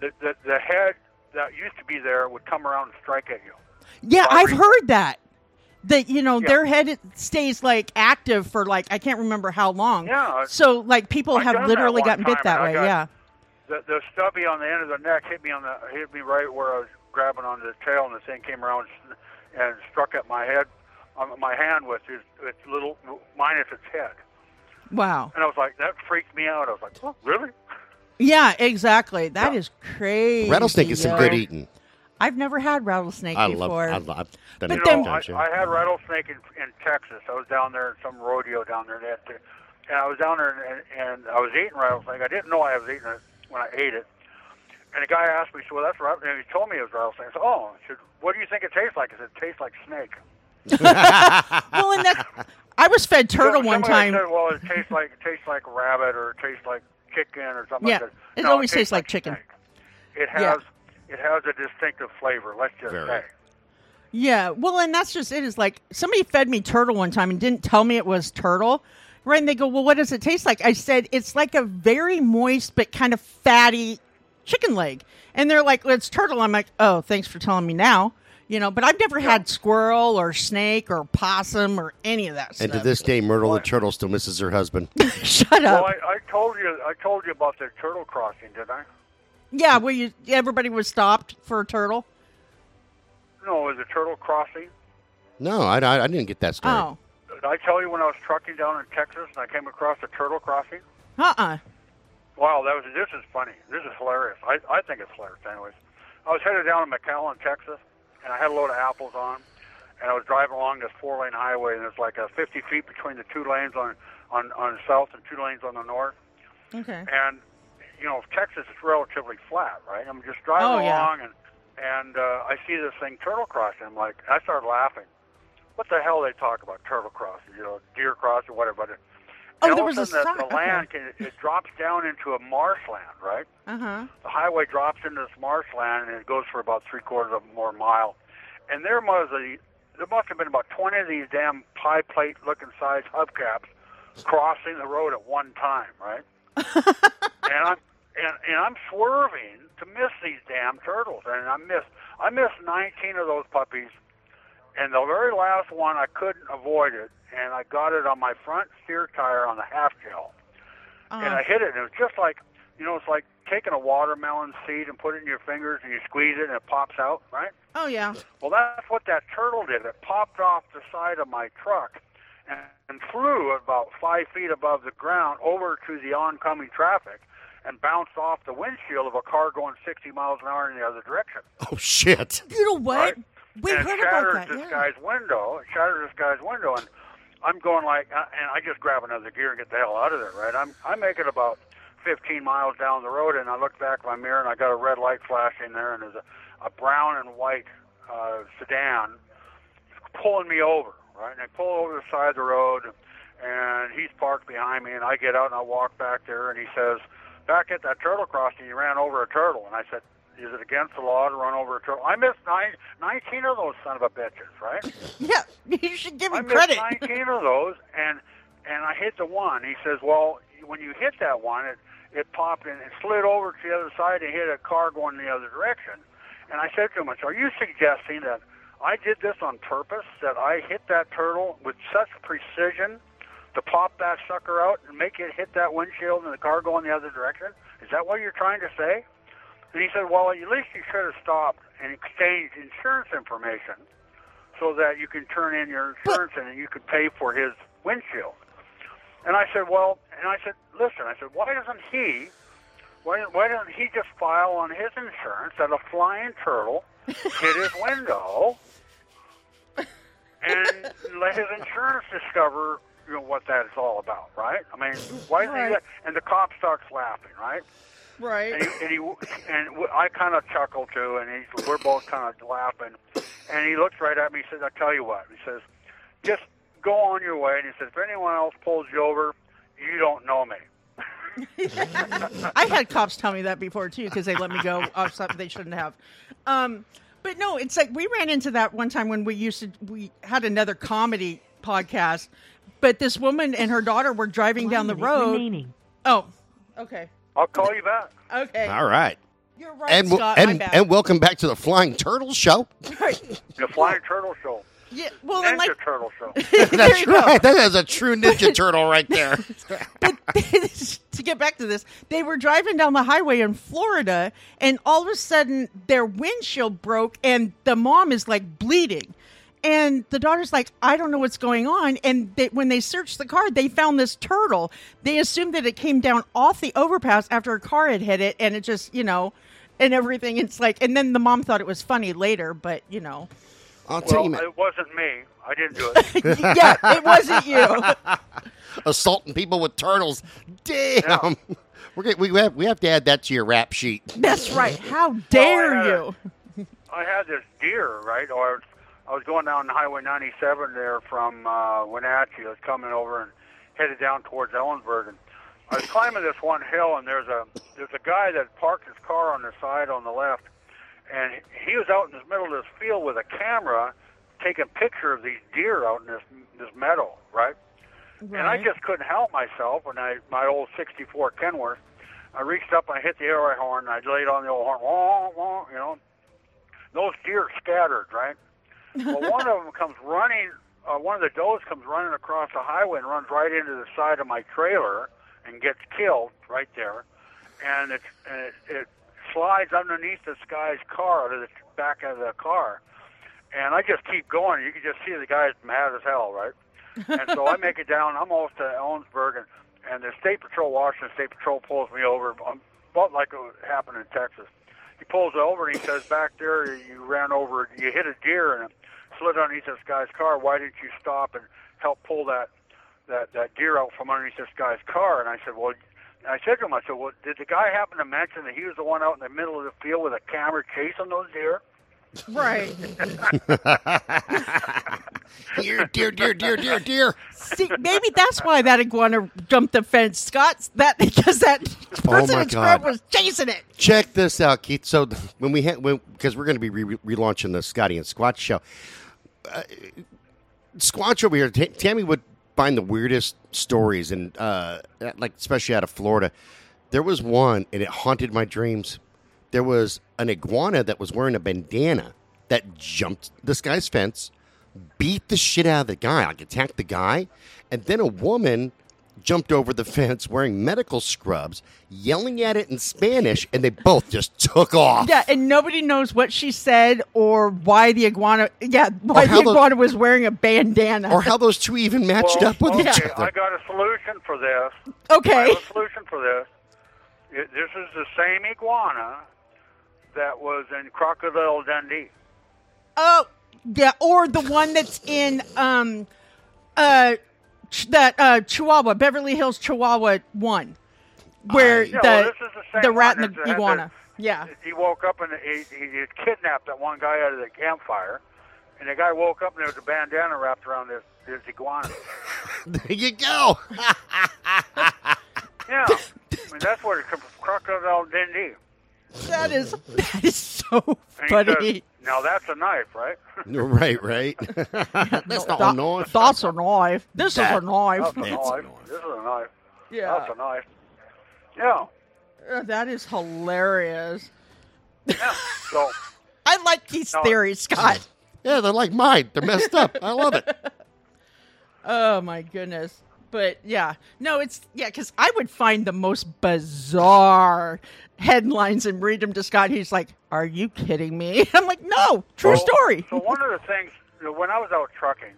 S3: The, the the head that used to be there would come around and strike at you.
S2: Yeah, I've
S3: Sorry.
S2: heard that. That you know
S3: Yeah.
S2: their head stays like active for like I can't remember how long.
S3: Yeah.
S2: So like people
S3: I've done
S2: have
S3: that
S2: literally
S3: one
S2: gotten bit
S3: time,
S2: that
S3: and I
S2: way.
S3: got-
S2: yeah.
S3: The the stubby on the end of the neck hit me on the hit me right where I was grabbing onto the tail, and the thing came around and, and struck at my head, on my hand with its, its little minus its head.
S2: Wow.
S3: And I was like, that freaked me out. I was like, oh, really?
S2: Yeah. Exactly. That
S3: Yeah.
S2: is crazy.
S1: Rattlesnake is some
S2: yo.
S1: good eating.
S2: I've never had rattlesnake
S1: I love.
S2: before.
S1: I love. But
S2: But
S3: you
S2: then-
S3: know, I, I had rattlesnake in, in Texas. I was down there in some rodeo down there, and, they had to, and I was down there and, and, and I was eating rattlesnake. I didn't know I was eating it when I ate it. And the guy asked me, "So well, that's rattlesnake." And he told me it was rattlesnake. I said, "Oh, I said, what do you think it tastes like?" I said, "It tastes like snake."
S2: well, and that I was fed turtle
S3: So
S2: one
S3: somebody
S2: time.
S3: Said, well, it tastes like it tastes like rabbit, or it tastes like chicken, or something
S2: Yeah,
S3: like that.
S2: it
S3: No,
S2: always tastes like chicken.
S3: snake. It
S2: Yeah.
S3: has it has a distinctive flavor. Let's just
S1: Very.
S3: say.
S2: Yeah. Well, and that's just it. Is like somebody fed me turtle one time and didn't tell me it was turtle. Right? And they go, "Well, what does it taste like?" I said, "It's like a very moist but kind of fatty chicken leg." And they're like, well, "It's turtle." I'm like, "Oh, thanks for telling me now." You know, but I've never had squirrel or snake or possum or any of that
S1: And
S2: stuff.
S1: to this day, Myrtle the turtle still misses her husband.
S2: Shut up.
S3: Well, I, I told you I told you about the turtle crossing, didn't I?
S2: yeah, where you everybody was stopped for a turtle.
S3: No, it was a turtle crossing.
S1: No, I, I, I didn't get that story.
S2: Oh.
S3: Did I tell you when I was trucking down in Texas and I came across a turtle crossing?
S2: Uh uh
S3: Wow, that was this is funny. This is hilarious. I, I think it's hilarious anyways. I was headed down to McAllen, Texas, and I had a load of apples on and I was driving along this four lane highway and there's like a fifty feet between the two lanes on, on, on the south and two lanes on the north.
S2: Okay.
S3: and you know Texas is relatively flat, right? I'm just driving
S2: Oh, yeah.
S3: along, and and uh, I see this thing turtle crossing. I'm like, I start laughing. What the hell they talk about turtle crossing? You know, deer crossing, whatever. But
S2: Oh,
S3: and
S2: there
S3: all
S2: was
S3: of a
S2: a
S3: sudden,
S2: sign,
S3: the,
S2: okay.
S3: the land can, it drops down into a marshland, right?
S2: Uh huh.
S3: The highway drops into this marshland, and it goes for about three quarters of a more mile. And there must have, there must have been about twenty of these damn pie plate looking size hubcaps crossing the road at one time, right? and I'm and, and I'm swerving to miss these damn turtles, and I missed I missed 19 of those puppies, and the very last one I couldn't avoid it, and I got it on my front steer tire on the half shell,
S2: Uh-huh.
S3: and I hit it, and it was just like you know it's like taking a watermelon seed and put it in your fingers and you squeeze it and it pops out, right?
S2: Oh yeah.
S3: Well, that's what that turtle did. It popped off the side of my truck and, and flew about five feet above the ground over to the oncoming traffic and bounced off the windshield of a car going 60 miles an hour in the other direction.
S1: Oh shit!
S2: You know what?
S3: Right?
S2: We
S3: and it
S2: heard
S3: shattered
S2: about that.
S3: this
S2: yeah.
S3: guy's window. It shattered this guy's window, and I'm going like, uh, and I just grab another gear and get the hell out of there. Right? I'm I make it about 15 miles down the road, and I look back in my mirror, and I got a red light flashing there, and there's a, a brown and white uh, sedan pulling me over. Right? And I pull over the side of the road, and he's parked behind me, and I get out and I walk back there, and he says, "Back at that turtle crossing, you ran over a turtle," and I said. Is it against the law to run over a turtle? I missed nine, 19 of those son of a bitches, right?
S2: Yeah, you should give
S3: I
S2: him
S3: missed
S2: credit.
S3: 19 of those, and and I hit the one. He says, "Well, when you hit that one, it it popped and it slid over to the other side and hit a car going the other direction." And I said to him, I said, "Are you suggesting that I did this on purpose? That I hit that turtle with such precision to pop that sucker out and make it hit that windshield and the car going the other direction? Is that what you're trying to say?" And he said, "Well, at least you should have stopped and exchanged insurance information." so that you can turn in your insurance and you can pay for his windshield. And I said, well, and I said, listen, I said, why doesn't he, why, why doesn't he just file on his insurance that a flying turtle hit his window and let his insurance discover, you know, what that is all about, right? I mean, why doesn't he,
S2: Right.
S3: and the cop starts laughing, right? and
S2: Right.
S3: he, and, he, and w- I kind of chuckle too, and he's, we're both kind of laughing. And he looks right at me. He says, "I tell you what," he says, "just go on your way." And he says, "If anyone else pulls you over, you don't know me."
S2: I had cops tell me that before too because they let me go off something they shouldn't have. Um, but But no, it's like we ran into that one time when we used to we had another comedy podcast, but this woman and her daughter were driving down the road.
S4: remaining.
S2: Oh, okay,
S3: I'll call you back.
S2: okay,
S1: All right.
S2: you're right,
S1: And, w-
S2: Scott. my
S1: and,
S2: bad.
S1: and welcome back to the Flying Turtle Show.
S2: Right.
S3: The Flying Turtle Show,
S2: Yeah, well,
S3: Ninja
S2: and like
S3: Turtle Show.
S2: there you
S1: That's
S2: go.
S1: right. That is a true Ninja Turtle right there.
S2: to get back to this, they were driving down the highway in Florida, and all of a sudden their windshield broke, and the mom is like bleeding. And the daughter's like, I don't know what's going on. And they, when they searched the car, they found this turtle. They assumed that it came down off the overpass after a car had hit it, and it just, you know, and everything. It's like, and then the mom thought it was funny later, but, you know.
S1: I'll tell you,
S3: Well,
S1: man,
S3: it wasn't me. I didn't do it.
S2: yeah, it wasn't you.
S1: assaulting people with turtles. Damn. We're gonna, we, have, we have to add that to your rap sheet.
S2: That's right. How dare
S3: had a-
S2: you?
S3: I had this deer, right? Or I was going down Highway 97 there from uh, Wenatchee. I was coming over and headed down towards Ellensburg, and I was climbing this one hill, and there's a there's a guy that parked his car on the side on the left, and he was out in the middle of this field with a camera, taking a picture of these deer out in this this meadow, right? And I
S2: Right.
S3: just couldn't help myself when I my old '64 Kenworth. I reached up, I hit the air horn, and I laid on the old horn, wah, wah, you know. Those deer scattered, right? Well, one of them comes running. Uh, one of the does comes running across the highway and runs right into the side of my trailer and gets killed right there. And it and it, it slides underneath this guy's car out of the back of the car. And I just keep going. You can just see the guy's mad as hell, right? and so I make it down. I'm off to Ellensburg, and, and the state patrol, Washington State Patrol, pulls me over. Um about like it happened in Texas. He pulls over and he says, "Back there, you ran over, you hit a deer and it slid underneath this guy's car. Why didn't you stop and help pull that that that deer out from underneath this guy's car?" And I said, "Well." I said to him, I said, well, did the guy happen to mention that he was the one out in the middle of the field with a camera chasing those deer?
S2: Right.
S1: Dear, dear, dear, dear, dear, dear.
S2: See, maybe that's why that iguana jumped the fence, Scott's That because that person
S1: Oh my
S2: in scrub
S1: God.
S2: was chasing it.
S1: Check this out, Keith. So when we had, because we're going to be re- re- relaunching the Scotty and Squatch show. Uh, Squatch over here, Ta Tammy would find the weirdest stories, and uh, like especially out of Florida. There was one, and it haunted my dreams. There was an iguana that was wearing a bandana that jumped this guy's fence, beat the shit out of the guy, like attacked the guy, and then a woman jumped over the fence wearing medical scrubs, yelling at it in Spanish, and they both just took off.
S2: Yeah, and nobody knows what she said or why the iguana. Yeah, why
S1: Or
S2: the
S1: how the-
S2: iguana was wearing a bandana.
S1: Or how those two even matched
S3: Well,
S1: up with
S3: okay,
S1: each
S3: I
S1: other.
S3: got a solution for this. I
S2: okay,
S3: have a solution for this. It, this is the same iguana that was in Crocodile Dundee.
S2: oh yeah, or the one that's in um uh ch- that uh Chihuahua Beverly Hills Chihuahua one, where
S3: Yeah,
S2: the
S3: well, Uh, this is the same
S2: the rat
S3: one
S2: and
S3: that
S2: the
S3: had
S2: iguana.
S3: the-
S2: yeah,
S3: He woke up and he, he had kidnapped that one guy out of the campfire, and the guy woke up and there was a bandana wrapped around his, his iguana.
S1: There you go.
S3: Yeah, I mean that's where it comes from, Crocodile Dundee.
S2: that is that is so
S3: And he
S2: funny.
S3: says, now that's a knife, right?
S1: right, right. That's not a
S2: That-
S1: knife.
S2: That's a knife. This is
S1: That-
S2: a knife.
S3: that's a
S1: That's a
S3: knife.
S1: knife.
S3: This is a knife.
S2: Yeah.
S3: Oh, That's a knife. Yeah.
S2: Uh, That is hilarious.
S3: Yeah. So.
S2: I like Keith's
S3: No.
S2: theory, Scott.
S1: Yeah, they're like mine. They're messed up. I love it.
S2: Oh my goodness. But yeah, no, it's yeah, because I would find the most bizarre headlines and read them to Scott. He's like, "Are you kidding me?" I'm like, "No, true
S3: Well,
S2: story."
S3: So one of the things you know, when I was out trucking,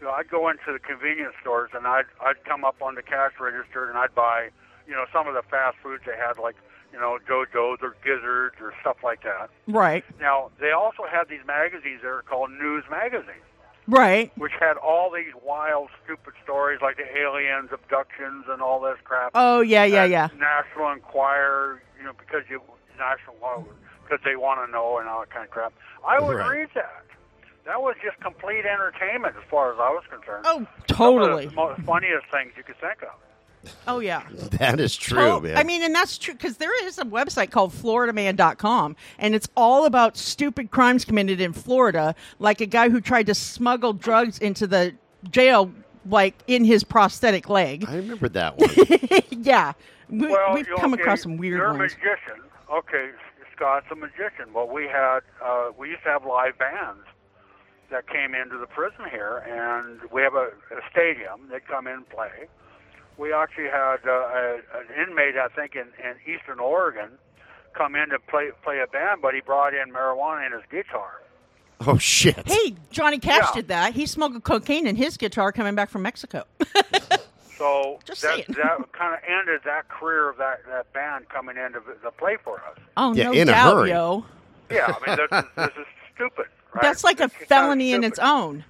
S3: you know, I'd go into the convenience stores and I'd I'd come up on the cash register and I'd buy, you know, some of the fast foods they had like, you know, JoJo's or Gizzards or stuff like that.
S2: right,
S3: Now they also had these magazines that are called news magazines,
S2: right,
S3: which had all these wild, stupid stories like the aliens, abductions, and all this crap.
S2: Oh, yeah, yeah,
S3: And
S2: yeah.
S3: National Enquirer, you know, because you National because they want to know and all that kind of crap. I would
S1: Right.
S3: read that. That was just complete entertainment as far as I was concerned.
S2: oh,
S3: Some of
S2: totally.
S3: the mo- funniest things you could think of.
S2: Oh yeah.
S1: That is true,
S2: Well,
S1: man.
S2: I mean, and that's true because there is a website called FloridaMan.com, and it's all about stupid crimes committed in Florida, like a guy who tried to smuggle drugs into the jail, like in his prosthetic leg.
S1: I remember that one.
S2: yeah, we,
S3: Well,
S2: we've
S3: you-
S2: come
S3: okay,
S2: across some weird
S3: you're
S2: ones.
S3: a magician. Okay, Scott's a magician. Well, we had uh, we used to have live bands that came into the prison here, and we have a, a stadium. They come in and play. We actually had uh, a, an inmate, I think, in, in Eastern Oregon, come in to play play a band, but he brought in marijuana in his guitar.
S1: oh shit.
S2: Hey, Johnny Cash
S3: Yeah.
S2: did that. He smuggled cocaine in his guitar coming back from Mexico.
S3: So
S2: Just
S3: that
S2: saying.
S3: that kind of ended that career of that that band coming in to, to play for us.
S2: oh
S1: Yeah,
S2: no
S1: in a
S2: doubt,
S1: hurry.
S2: yo.
S3: Yeah, I mean, this, this is stupid. Right?
S2: That's like a
S3: It's kinda
S2: felony in
S3: stupid.
S2: its own.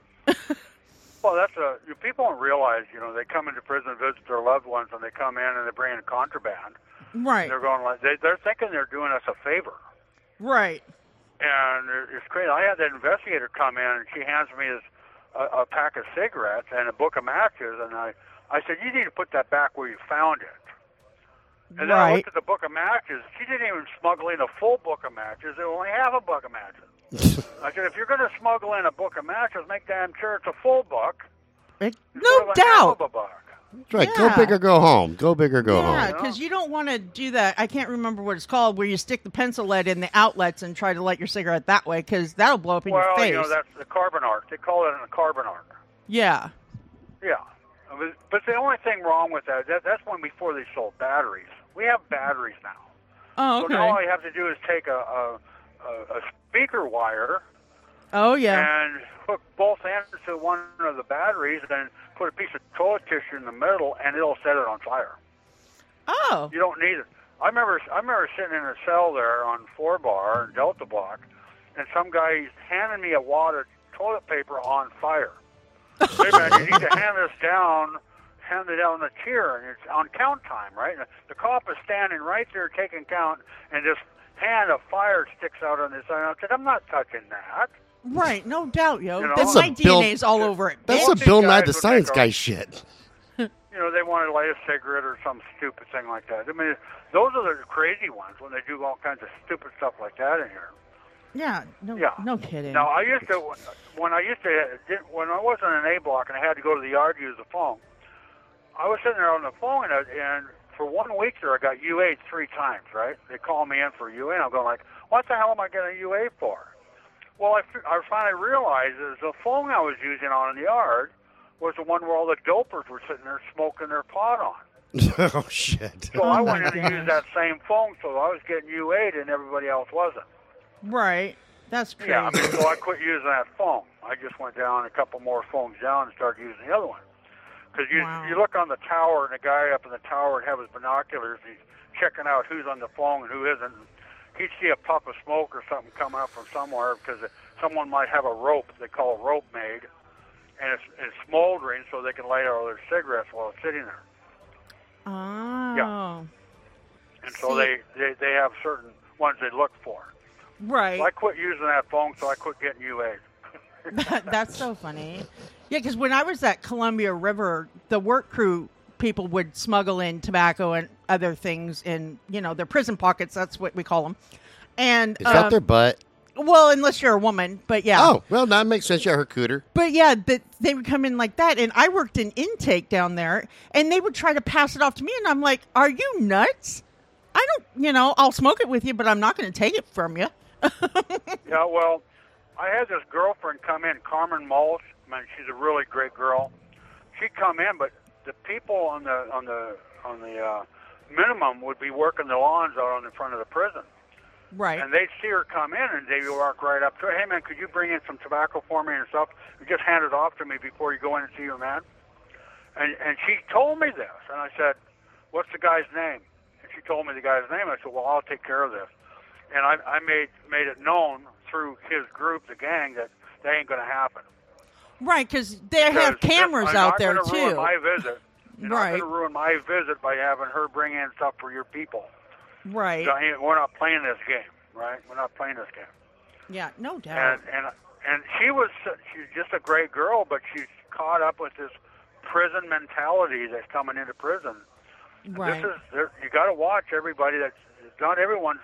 S3: Well, that's a you know, people don't realize. You know, they come into prison, visit their loved ones, and they come in and they bring in contraband.
S2: Right.
S3: They're going like they, they're thinking they're doing us a favor,
S2: Right.
S3: and it's crazy. I had that investigator come in, and she hands me his, a, a pack of cigarettes and a book of matches, and I I said, you need to put that back where you found it. And then I
S2: Right.
S3: looked at the book of matches. She didn't even smuggle in a full book of matches. They only have a book of matches. I said, if you're going to smuggle in a book of matches, make damn sure it's a full book.
S2: Like,
S3: instead
S2: no
S3: of a half
S2: doubt.
S3: of a book.
S1: That's right. Go big
S2: Yeah.
S1: or go home. Go big or go
S2: Yeah,
S1: home.
S2: because you don't want to do that. I can't remember what it's called, where you stick the pencil lead in the outlets and try to light your cigarette that way, because that'll blow up in your
S3: Well,
S2: face.
S3: you know, that's the carbon arc. They call it a carbon arc.
S2: yeah,
S3: Yeah. It was- But the only thing wrong with that, that that's when before they sold batteries. We have batteries now.
S2: Oh, okay.
S3: So now all you have to do is take a, a, a, a speaker wire
S2: oh, yeah.
S3: and hook both ends to one of the batteries and put a piece of toilet tissue in the middle and it'll set it on fire.
S2: Oh,
S3: You don't need it. I remember I remember sitting in a cell there on four bar in Delta Block, and some guy handed me a wad of toilet paper on fire. Wait a minute, you need to hand this down, hand it down the tier, and it's on count time, right? And the cop is standing right there taking count, and this hand of fire sticks out on this side. I said, I'm not touching that.
S2: right. No doubt, yo.
S3: You know,
S2: that's
S3: That's a
S2: my
S1: built-
S2: DNA's all over it.
S1: That's
S3: Well,
S1: a
S2: bitch.
S3: these
S1: Bill Nye
S3: guys
S1: the
S3: will
S1: Science
S3: take
S1: Guy
S3: off.
S1: shit.
S3: You know, they want to light a cigarette or some stupid thing like that. I mean, those are the crazy ones when they do all kinds of stupid stuff like that in here.
S2: yeah, no,
S3: Yeah.
S2: no kidding.
S3: Now I used to when I used to didn't- when I wasn't in A block and I had to go to the yard to use the phone. I was sitting there on the phone and, I- and for one week there I got UA three times. Right? They call me in for UA and I'm going like, what the hell am I getting UA for? Well, I, fi- I finally realized is the phone I was using on in the yard was the one where all the dopers were sitting there smoking their pot on.
S1: oh shit.
S3: So
S2: Oh
S3: I
S2: my
S3: wanted to use that same phone, so I was getting UA'd and everybody else wasn't.
S2: right. That's crazy.
S3: Yeah, I mean, so I quit using that phone. I just went down a couple more phones down and started using the other one. Because you
S2: Wow.
S3: you look on the tower and the guy up in the tower would have his binoculars. He's checking out who's on the phone and who isn't. He'd see a puff of smoke or something come out from somewhere because someone might have a rope they call rope made, and it's, it's smoldering so they can light all their cigarettes while it's sitting there.
S2: oh,
S3: And so
S2: See-
S3: they, they they have certain ones they look for.
S2: right.
S3: So I quit using that phone, so I quit getting UA.
S2: That's so funny. Yeah, because when I was at Columbia River, the work crew people would smuggle in tobacco and other things in, you know, their prison pockets. That's what we call them. And
S1: Is that
S2: um,
S1: their butt?
S2: well, unless you're a woman, but yeah.
S1: Oh, well, that makes sense. Yeah, her cooter.
S2: But yeah, that they would come in like that, and I worked in intake down there, and they would try to pass it off to me, and I'm like, "Are you nuts? I don't, you know, I'll smoke it with you, but I'm not going to take it from you."
S3: Yeah, well, I had this girlfriend come in, Carmen Mulch. Man, she's a really great girl. She would come in, but the people on the on the on the uh, minimum would be working the lawns out on the front of the prison,
S2: Right?
S3: and they'd see her come in, and they'd walk right up to her. Hey, man, could you bring in some tobacco for me and stuff? You just hand it off to me before you go in and see your man. And and she told me this, and I said, "What's the guy's name?" And she told me the guy's name. I said, "Well, I'll take care of this." And I, I made made it known through his group, the gang, that that ain't going to happen.
S2: Right? Because they have
S3: Because
S2: cameras
S3: I'm
S2: out
S3: not
S2: there
S3: gonna
S2: too.
S3: Ruin my visit. You know, I'm
S2: Right.
S3: going to ruin my visit by having her bring in stuff for your people.
S2: Right?
S3: So, hey, We're not playing this game, right? We're not playing this game.
S2: Yeah, no doubt.
S3: and and and she was she's just a great girl, but she's caught up with this prison mentality that's coming into prison, This
S4: Right.
S3: is there, you got to watch everybody. That's not everyone's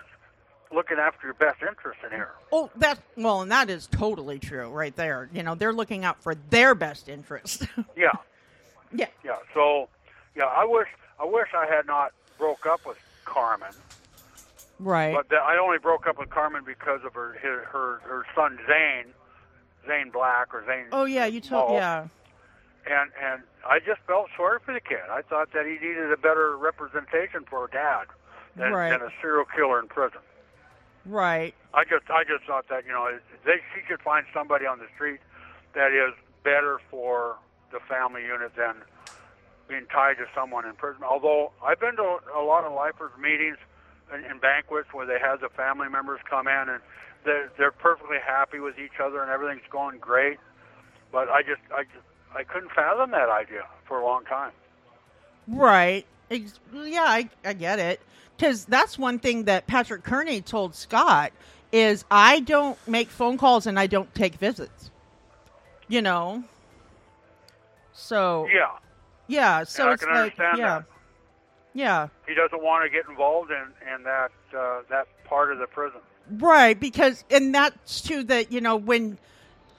S3: looking after your best interest in here.
S2: Oh, that well, and that is totally true right there. You know, they're looking out for their best interest.
S3: Yeah,
S2: yeah.
S3: yeah. So, yeah, I wish I wish I had not broke up with Carmen,
S4: Right.
S3: but that I only broke up with Carmen because of her her her, her son Zane, Zane Black or Zane.
S2: Oh yeah, you told
S3: Small.
S2: yeah.
S3: And and I just felt sorry for the kid. I thought that he needed a better representation for a dad than,
S2: Right.
S3: than a serial killer in prison.
S2: Right.
S3: I just I just thought that you know they she should find somebody on the street that is better for the family unit than being tied to someone in prison. Although I've been to a lot of lifers meetings and, and banquets where they have the family members come in and they're they're perfectly happy with each other and everything's going great. But I just I just I couldn't fathom that idea for a long time.
S2: Right. Ex- yeah, I, I get it. Because that's one thing that Patrick Kearney told Scott is I don't make phone calls and I don't take visits. You know? So,
S3: Yeah,
S2: yeah. So
S3: and I
S2: it's
S3: can
S2: like,
S3: understand
S2: yeah.
S3: that.
S2: Yeah.
S3: He doesn't want to get involved in in that uh, that part of the prison.
S2: Right, because and that's too that you know when,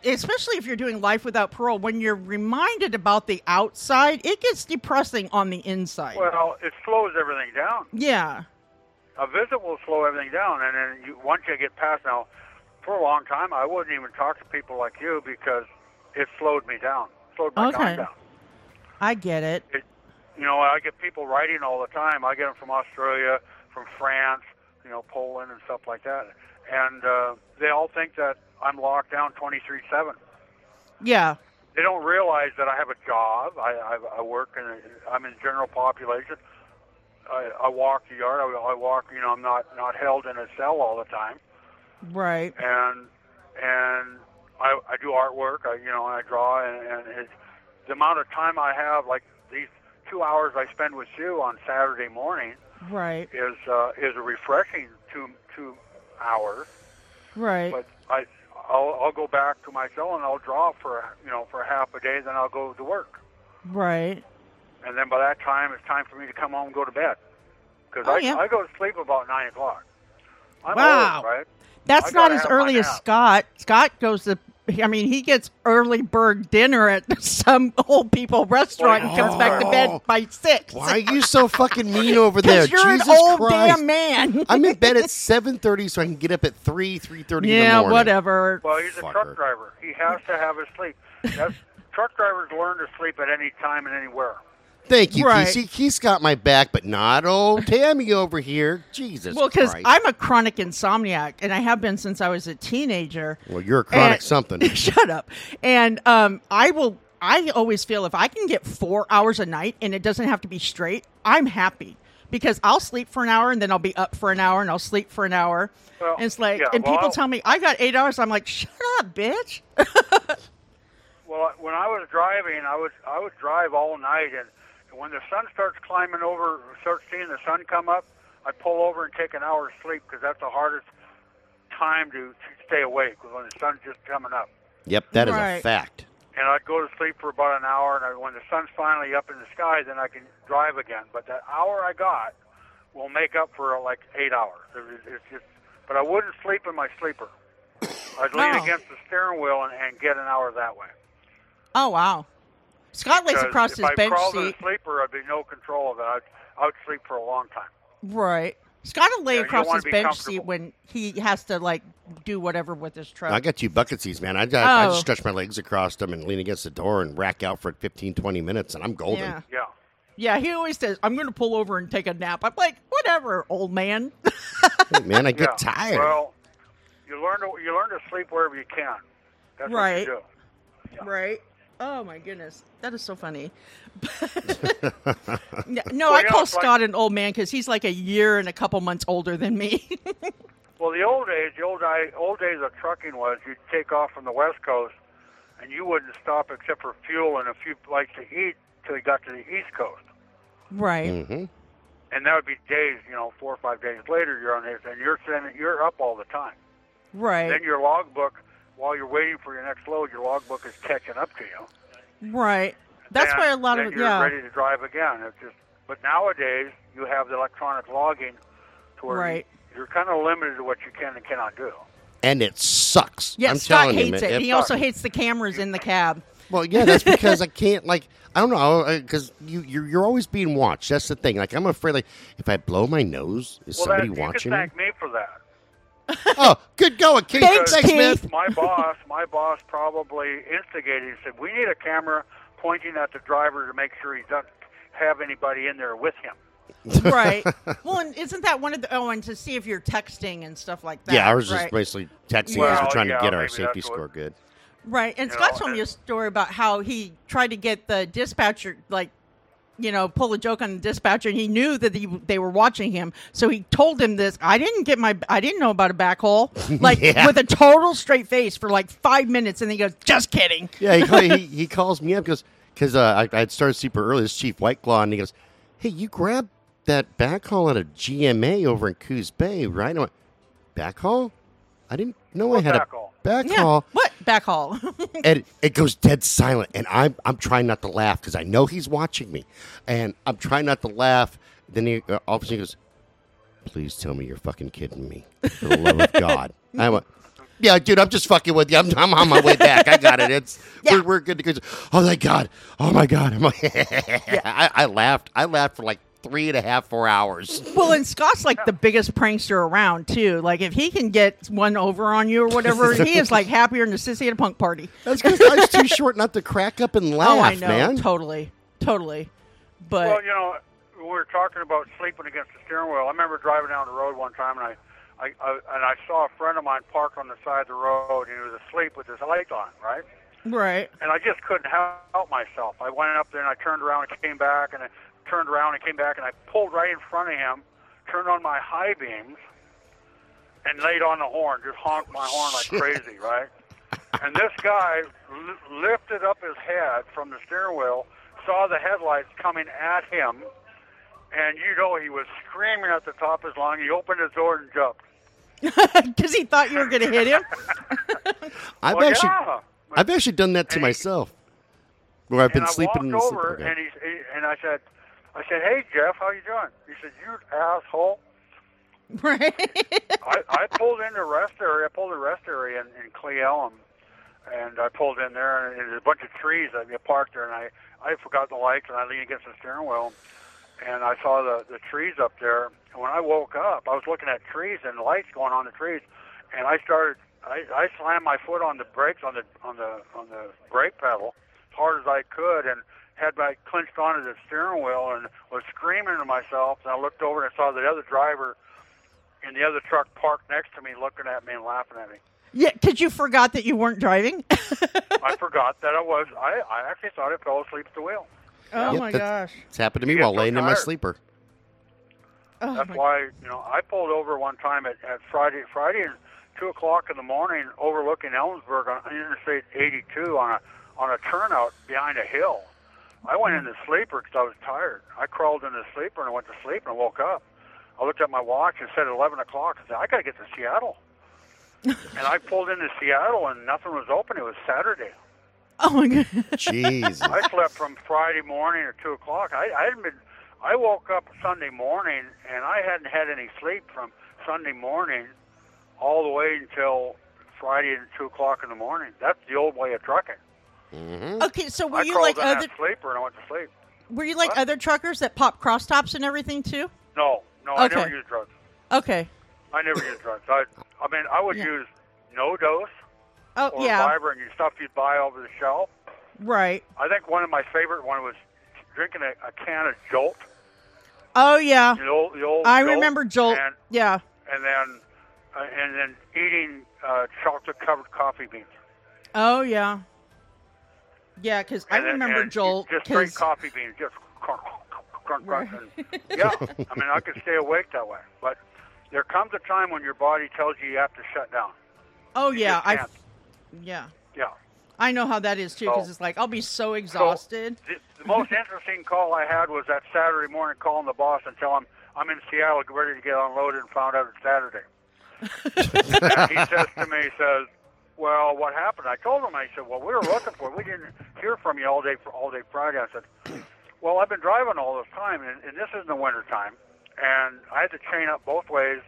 S2: especially if you're doing life without parole, when you're reminded about the outside, it gets depressing on the inside.
S3: Well, it slows everything down.
S2: yeah,
S3: A visit will slow everything down, and then you, once you get past now, for a long time, I wouldn't even talk to people like you because it slowed me down, slowed my
S2: Okay.
S3: time down.
S2: I get it.
S3: It, you know, I get people writing all the time. I get them from Australia, from France, you know, Poland, and stuff like that, and uh, they all think that I'm locked down 23/7.
S2: Yeah,
S3: They don't realize that I have a job. I, I, I work in. A, I'm in the general population. I, I walk the yard. I, I walk. You know, I'm not not held in a cell all the time.
S2: right.
S3: And and I, I do artwork. I you know I draw and, and it's, the amount of time I have, like these two hours I spend with you on Saturday morning,
S2: Right,
S3: is uh, is a refreshing two two hours
S2: right.
S3: but I I'll, I'll go back to my cell and I'll draw for you know for half a day, then I'll go to work,
S2: Right.
S3: and then by that time it's time for me to come home and go to bed because
S2: Oh,
S3: I
S2: yeah.
S3: I go to sleep about nine o'clock. I'm
S2: Wow.
S3: old, right?
S2: That's
S3: I
S2: not
S3: gotta
S2: as
S3: have my
S2: early as
S3: nap.
S2: Scott. Scott goes to. I mean, he gets early bird dinner at some old people restaurant and comes back to bed by six.
S1: Why are you so fucking mean over there?
S2: Because you're
S1: Jesus
S2: an old
S1: Christ.
S2: damn man.
S1: I'm in bed at seven thirty, so I can get up at three, three thirty in the
S2: yeah,
S1: morning.
S2: whatever.
S3: Well, he's a
S1: Fucker.
S3: truck driver. He has to have his sleep. That's, truck drivers learn to sleep at any time and anywhere.
S1: Thank you,
S2: Right.
S1: Keith. He- Keith's got my back, but not old Tammy over here. Jesus.
S2: Well, because
S1: Christ.
S2: I'm a chronic insomniac, and I have been since I was a teenager.
S1: Well, you're a chronic
S2: And-
S1: something.
S2: Shut up. And um, I will. I always feel if I can get four hours a night and it doesn't have to be straight, I'm happy because I'll sleep for an hour and then I'll be up for an hour and I'll sleep for an hour.
S3: Well,
S2: and it's like,
S3: yeah,
S2: and
S3: well,
S2: people
S3: I'll-
S2: tell me I got eight hours. I'm like, shut up, bitch.
S3: Well, when I was driving, I would I would drive all night, and when the sun starts climbing over, starts seeing the sun come up, I pull over and take an hour's sleep because that's the hardest time to, to stay awake was when the sun's just coming up.
S1: yep, that is a
S2: Right.
S1: fact.
S3: And I'd go to sleep for about an hour, and I, when the sun's finally up in the sky, then I can drive again. But that hour I got will make up for uh, like eight hours. It was- It's just, but I wouldn't sleep in my sleeper. I'd lean
S2: Oh.
S3: against the steering wheel and, and get an hour that way.
S2: Oh wow. Scott lays
S3: Because
S2: across
S3: if
S2: his
S3: I
S2: bench
S3: crawled in
S2: seat.
S3: a sleeper, I'd be no control of it. I'd, I would sleep for a long time.
S2: Right. Scott will lay
S3: Yeah, you
S2: across
S3: wanna
S2: his
S3: be
S2: bench
S3: comfortable.
S2: seat when he has to like do whatever with his truck.
S1: I got two bucket seats, man. I, I, I
S2: Oh.
S1: just stretch my legs across them and lean against the door and rack out for 15, 20 minutes, and I'm golden.
S2: Yeah.
S3: Yeah.
S2: Yeah, he always says, I'm going to pull over and take a nap. I'm like, whatever, old man.
S1: Hey, man, I get
S3: yeah.
S1: tired.
S3: Well, you learn to you learn to sleep wherever you can. That's
S2: Right.
S3: What you do.
S2: Right? Oh, my goodness. That is so funny. oh, no, no,
S3: Well,
S2: I
S3: you know,
S2: call
S3: it's like-
S2: Scott an old man because he's like a year and a couple months older than me.
S3: Well, the old days, the old I, old days of trucking was you'd take off from the west coast, and you wouldn't stop except for fuel and a few bites to eat till you got to the east coast.
S2: right.
S1: hmm
S3: And that would be days, you know, four or five days later. You're on this, and you're sending, you're up all the time.
S2: Right.
S3: Then your logbook, while you're waiting for your next load, your logbook is catching up to you.
S2: Right. That's
S3: then-
S2: why a lot
S3: then
S2: of,
S3: you're
S2: yeah.
S3: ready to drive again. It's just But nowadays, you have the electronic logging to where
S2: Right.
S3: you're kind of limited to what you can and cannot do.
S1: and it sucks.
S2: Yeah,
S1: I'm
S2: Scott
S1: telling you,
S2: hates
S1: man,
S2: it. He also hates the cameras in the cab.
S1: Well, yeah, that's because I can't like I don't know because you you're, you're always being watched. That's the thing. Like I'm afraid like if I blow my nose, is
S3: Well,
S1: somebody
S3: that,
S1: watching?
S3: you can thank me for that.
S1: oh, good going, Keith.
S2: Thanks,
S1: man.
S2: Keith.
S3: my boss, my boss probably instigated and said, "We need a camera pointing at the driver to make sure he doesn't have anybody in there with him."
S2: right. Well, and isn't that one of the oh, and to see if you're texting and stuff like that.
S1: Yeah, ours is
S2: right?
S1: basically texting
S3: Well,
S1: because we're trying
S3: yeah,
S1: to get our
S3: maybe
S1: safety
S3: that's what-
S1: score good.
S2: right. And
S3: you
S2: Scott
S3: know,
S2: told me a
S3: and-
S2: story about how he tried to get the dispatcher like. You know, pull a joke on the dispatcher, and he knew that he, they were watching him. So he told him this. I didn't get my, I didn't know about a back hole, like
S1: Yeah.
S2: with a total straight face for like five minutes, and then he goes, "Just kidding."
S1: Yeah, he, call, he he calls me up because because uh, I I'd started super early. This Chief White Claw and he goes, "Hey, you grabbed that backhaul at a GMA over in Coos Bay, right?" And I went, "Backhaul? I didn't know I
S3: What
S1: had
S3: backhaul?"
S1: a backhaul."
S2: Yeah, what back hall?
S1: and it goes dead silent and i'm, I'm trying not to laugh because i know he's watching me and i'm trying not to laugh then he uh, all of a sudden he goes please tell me you're fucking kidding me for the love of god i went yeah dude i'm just fucking with you i'm, I'm on my way back i got it it's
S2: Yeah.
S1: we're, we're good to go oh my god oh my god I'm like, I, I laughed i laughed for like three and a half four hours
S2: Well, and Scott's like the biggest prankster around too. Like if he can get one over on you or whatever, he is like happier than a sissy at a punk party.
S1: that's because i was too short not to crack up and laugh
S2: oh, I know,
S1: man
S2: totally, totally. But
S3: Well, you know, we were talking about sleeping against the steering wheel. I remember driving down the road one time, and I, I, I and I saw a friend of mine parked on the side of the road, and he was asleep with his light on, right?
S2: right,
S3: And I just couldn't help myself. I went up there and I turned around and came back, and I turned around and came back, and I pulled right in front of him, turned on my high beams, and laid on the horn, just honked my horn like crazy, right? And this guy li- lifted up his head from the steering wheel, saw the headlights coming at him, and you know he was screaming at the top of his lungs. He opened his door and jumped.
S2: because he thought you were going to hit him.
S1: i've
S3: Well,
S1: actually
S3: yeah.
S1: I've actually done that to
S3: And-
S1: myself, where I've been
S3: and I
S1: sleeping in the
S3: walked
S1: sleeping
S3: over
S1: bag.
S3: and he, he and I said, I said, hey Jeff, how you doing? He said, you asshole.
S2: right.
S3: I, I pulled in the rest area. I pulled the rest area in, in Cle Elm, and I pulled in there, and there's a bunch of trees that you parked there, and I I forgot the lights, and I leaned against the steering wheel, and I saw the the trees up there. And when I woke up, I was looking at trees and lights going on the trees, and I started. I, I slammed my foot on the brakes on the on the on the brake pedal as hard as I could, and had my clinched onto the steering wheel and was screaming to myself. And I looked over and I saw the other driver and the other truck parked next to me, looking at me and laughing at me.
S2: Yeah, because you forgot that you weren't driving.
S3: I forgot that I was. I, I actually thought I fell asleep at the wheel.
S2: oh
S1: Yep,
S2: my
S1: that's-
S2: gosh.
S1: It's happened to me
S3: You get
S1: while
S3: so
S1: laying in my
S3: tired.
S1: sleeper.
S2: Oh,
S3: That's
S2: my-
S3: why you know I pulled over one time at, at Friday Friday at two o'clock in the morning, overlooking Ellensburg on Interstate 82 on a on a turnout behind a hill. I went in the sleeper because I was tired. I crawled in the sleeper and I went to sleep and I woke up. I looked at my watch and said 11 o'clock. I said I got to get to Seattle. and I pulled into Seattle and nothing was open. It was Saturday.
S2: oh my god.
S1: Jesus.
S3: I slept from Friday morning at two o'clock. I, I hadn't been. I woke up Sunday morning and I hadn't had any sleep from Sunday morning all the way until Friday at two o'clock in the morning. That's the old way of trucking.
S2: Okay, so were
S3: I
S2: you
S3: crawled
S2: like
S3: in
S2: other?
S3: that sleeper and I went to sleep.
S2: Were you like
S3: What?
S2: other truckers that pop crosstops and everything too?
S3: No, no, I never
S2: Okay.
S3: used drugs.
S2: Okay.
S3: I never used drugs. I, I mean, I would
S2: Yeah.
S3: use no dose
S2: Oh
S3: or
S2: yeah.
S3: Viber and stuff you'd buy over the shelf.
S2: Right.
S3: I think one of my favorite one was drinking a, a can of Jolt.
S2: Oh yeah.
S3: The old, the old
S2: I
S3: Jolt,
S2: remember Jolt.
S3: and-
S2: yeah.
S3: and then uh, and then eating uh, chocolate covered coffee beans.
S2: Oh yeah, yeah. Because I
S3: And then-
S2: remember
S3: and
S2: Joel.
S3: Just straight
S2: 'cause-
S3: coffee beans, just crunk, crunk, crunk, crunk.
S2: Right.
S3: And, yeah, I mean I could stay awake that way, but there comes a time when your body tells you you have to shut down.
S2: oh yeah,
S3: just
S2: I.
S3: can't.
S2: Yeah,
S3: Yeah.
S2: I know how that is too. Because
S3: So-
S2: it's like I'll be so exhausted.
S3: The, the most interesting call I had was that Saturday morning calling the boss and telling him I'm in Seattle, get ready to get unloaded, and found out it's Saturday. and he says to me, he says, "Well, what happened?" I told him. I said, "Well, we were looking for. You. We didn't hear from you all day for all day Friday." I said, Well, I've been driving all this time, and, and this is in the wintertime, and I had to chain up both ways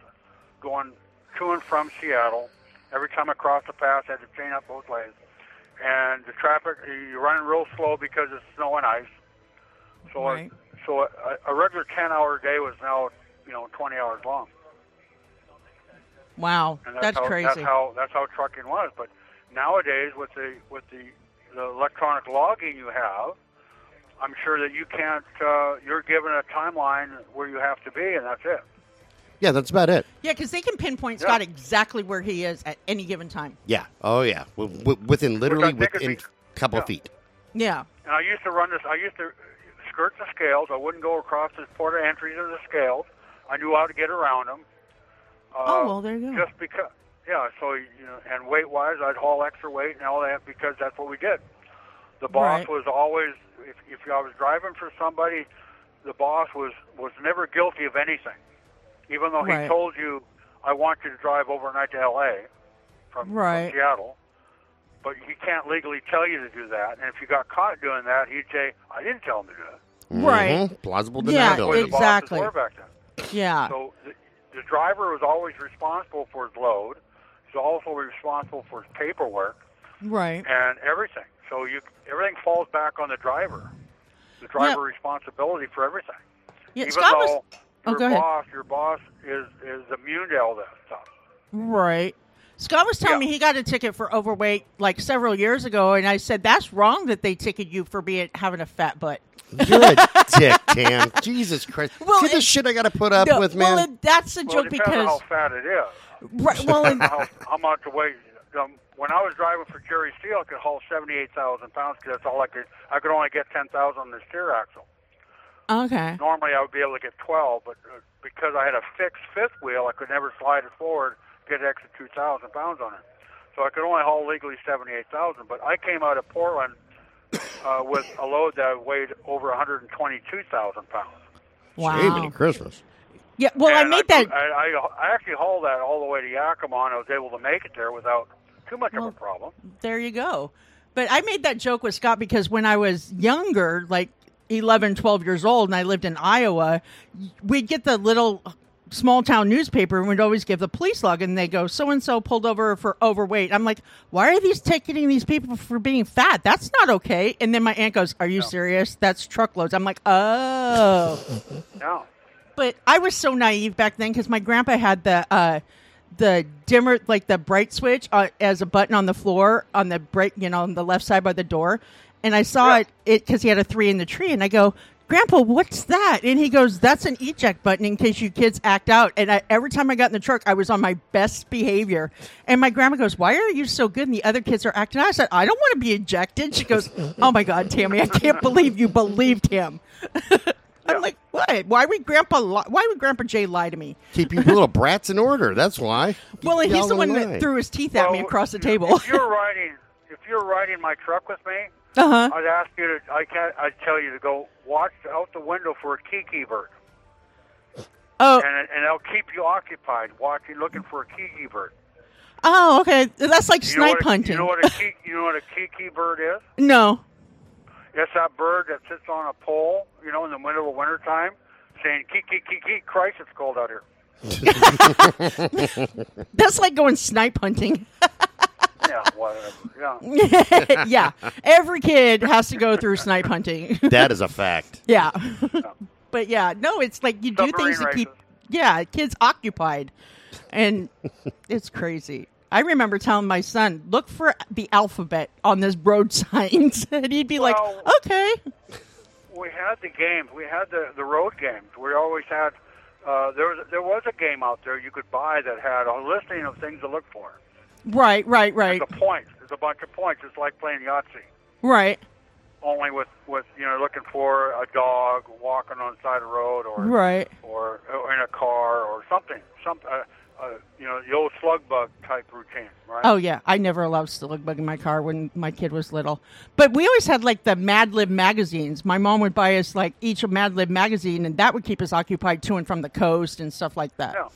S3: going to and from Seattle. Every time I crossed the pass, I had to chain up both ways. And the traffic, you're running real slow because it's snow and ice. So,
S2: Right.
S3: I, so a, a regular 10 hour day was now, you know, 20 hours long.
S2: Wow,
S3: And
S2: that's,
S3: how,
S2: crazy.
S3: That's how that's how trucking was. But nowadays, with the with the, the electronic logging you have, I'm sure that you can't. Uh, you're given a timeline where you have to be, and that's it.
S1: Yeah, that's about it.
S2: yeah, because they can pinpoint
S3: Yeah.
S2: Scott exactly where he is at any given time.
S1: Yeah. Oh, yeah. W- w- within literally
S3: think would
S1: within
S3: be-
S1: a couple
S3: yeah.
S1: feet.
S2: Yeah,
S3: And I used to run this. I used to skirt the scales. I wouldn't go across the port of entries of the scales. I knew how to get around them. Uh,
S2: Oh, well, there you go.
S3: Just because, yeah. So you know, and weight wise, I'd haul extra weight and all that because that's what we did. The boss
S2: Right.
S3: was always, if, if I was driving for somebody, the boss was was never guilty of anything, even though he
S2: Right.
S3: told you, "I want you to drive overnight to L.A." from, from
S2: Right.
S3: Seattle. But he can't legally tell you to do that. And if you got caught doing that, he'd say, "I didn't tell him to do that."
S2: Right.
S1: Mhm. Plausible
S2: Yeah,
S3: That's the way
S1: deniability.
S3: the bosses
S2: exactly.
S3: were back then.
S2: yeah,
S3: So the, the driver was always responsible for his load. He's also responsible for his paperwork
S2: right.
S3: and everything. So you everything falls back on the driver. The driver responsibility for everything.
S2: Yeah,
S3: Even
S2: Scott was
S3: though
S2: Oh,
S3: your
S2: go ahead.
S3: boss, your boss is is immune to all that stuff.
S2: right. Scott was telling
S3: Yeah.
S2: me he got a ticket for overweight like several years ago, and I said that's wrong that they ticket you for being having a fat butt.
S1: You're a dick, Tam. Jesus Christ.
S2: Well,
S1: See the
S2: it-
S1: shit I got to put up
S2: No,
S1: with, man?
S2: well, it- that's a
S3: Well,
S2: joke
S3: it depends on how
S2: because
S3: fat it is.
S2: right, well, and-
S3: how, how much weight. Um, when I was driving for Jerry Steele, I could haul seventy-eight thousand pounds because that's all I could. I could only get ten thousand on the steer axle.
S2: okay,
S3: Normally, I would be able to get twelve, but uh, because I had a fixed fifth wheel, I could never slide it forward, get an extra two thousand pounds on it. So I could only haul legally seventy-eight thousand. But I came out of Portland uh, with a load that weighed over one hundred and twenty-two thousand pounds.
S1: Hey,
S2: wow,
S1: Merry Christmas.
S2: yeah. Well, I
S3: And
S2: made
S3: I,
S2: that
S3: I, I, I actually hauled that all the way to Yakima, and I was able to make it there without too much
S2: Well,
S3: of a problem.
S2: there you go. But I made that joke with Scott because when I was younger, like 11, 12 years old, and I lived in Iowa, we'd get the little small town newspaper and we'd always give the police log and they go, so and so pulled over for overweight. I'm like, why are these ticketing these people for being fat? That's not okay. And then my aunt goes, are you serious? That's truckloads. I'm like, oh.
S3: No.
S2: But I was so naive back then because my grandpa had the uh, the dimmer, like the bright switch, uh, as a button on the floor on the bright, you know, on the left side by the door. And I saw
S3: Yeah.
S2: it it because he had a three in the tree, and I go, "Grandpa, what's that?" And he goes, "That's an eject button in case you kids act out." And I, every time I got in the truck, I was on my best behavior. And my grandma goes, "Why are you so good?" And the other kids are acting out. I said, "I don't want to be ejected." She goes, "Oh my god, Tammy, I can't believe you believed him." I'm
S3: Yeah.
S2: like, what? Why would Grandpa? Li- why would Grandpa Jay lie to me?
S1: Keep you little brats in order. That's why.
S2: Well, and he's
S1: Y'all
S2: the
S1: in
S2: one
S1: line.
S2: that threw his teeth at me
S3: Well,
S2: across the
S3: if-
S2: table.
S3: If you're riding, if you're riding my truck with me,
S2: Uh huh.
S3: I'd ask you to. I can't. I'd tell you to go watch out the window for a kiki bird,
S2: Oh,
S3: and and they'll keep you occupied watching, looking for a kiki bird.
S2: oh, okay. That's like
S3: You know what
S2: snipe
S3: a-
S2: hunting.
S3: You know what a kiki, you know what a kiki bird is?
S2: no.
S3: It's that bird that sits on a pole, you know, in the middle of wintertime, saying kiki kiki. Christ, it's cold out here.
S2: That's like going snipe hunting.
S3: Yeah, whatever. Yeah.
S2: yeah. Every kid has to go through snipe hunting.
S1: That is a fact.
S2: yeah. but yeah, no, it's like you do
S3: Submarine
S2: things to keep
S3: races.
S2: yeah, kids occupied. And it's crazy. I remember telling my son, look for the alphabet on this road signs. and he'd be
S3: Well-
S2: like, okay.
S3: We had the games. We had the the road games. We always had. Uh, there was there was a game out there you could buy that had a listing of things to look for.
S2: Right, right, right,
S3: The points. There's a bunch of points. It's like playing Yahtzee,
S2: right,
S3: only with with you know looking for a dog walking on the side of the road or
S2: right.
S3: or, or in a car or something. Some uh, uh, you know the old slug bug type routine, right?
S2: Oh yeah, I never allowed slug bug in my car when my kid was little. But we always had like the Mad Lib magazines. My mom would buy us like each a Mad Lib magazine, and that would keep us occupied to and from the coast and stuff like that.
S3: Yeah.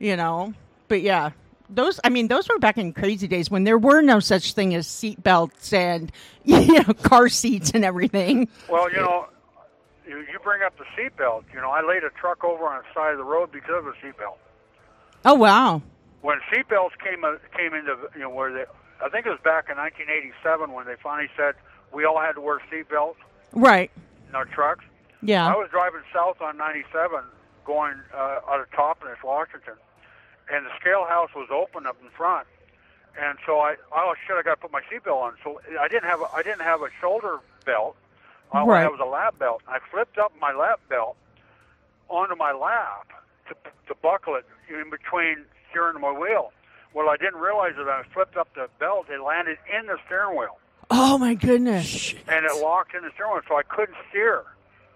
S2: You know, but yeah, those. I mean, those were back in crazy days when there were no such thing as seat belts and you know car seats and everything.
S3: Well, you know, you, you bring up the seatbelt. You know, I laid a truck over on the side of the road because of the seatbelt.
S2: Oh wow.
S3: When seatbelts came uh, came into you know where they, I think it was back in 1987 when they finally said we all had to wear seatbelts
S2: Right.
S3: in our trucks. I
S2: Yeah.
S3: was driving south on 97, going uh, out of Toppenish, Washington, and the scale house was open up in front, and so I, oh shit, I got to put my seatbelt on. So I didn't have, a, I didn't have a shoulder belt. All I
S2: Right.
S3: had was a lap belt. I flipped up my lap belt onto my lap to, to buckle it in between steering and my wheel. Well, I didn't realize that I flipped up the belt. It landed in the steering wheel,
S2: Oh my goodness.
S3: and it locked in the steering wheel, so I couldn't steer.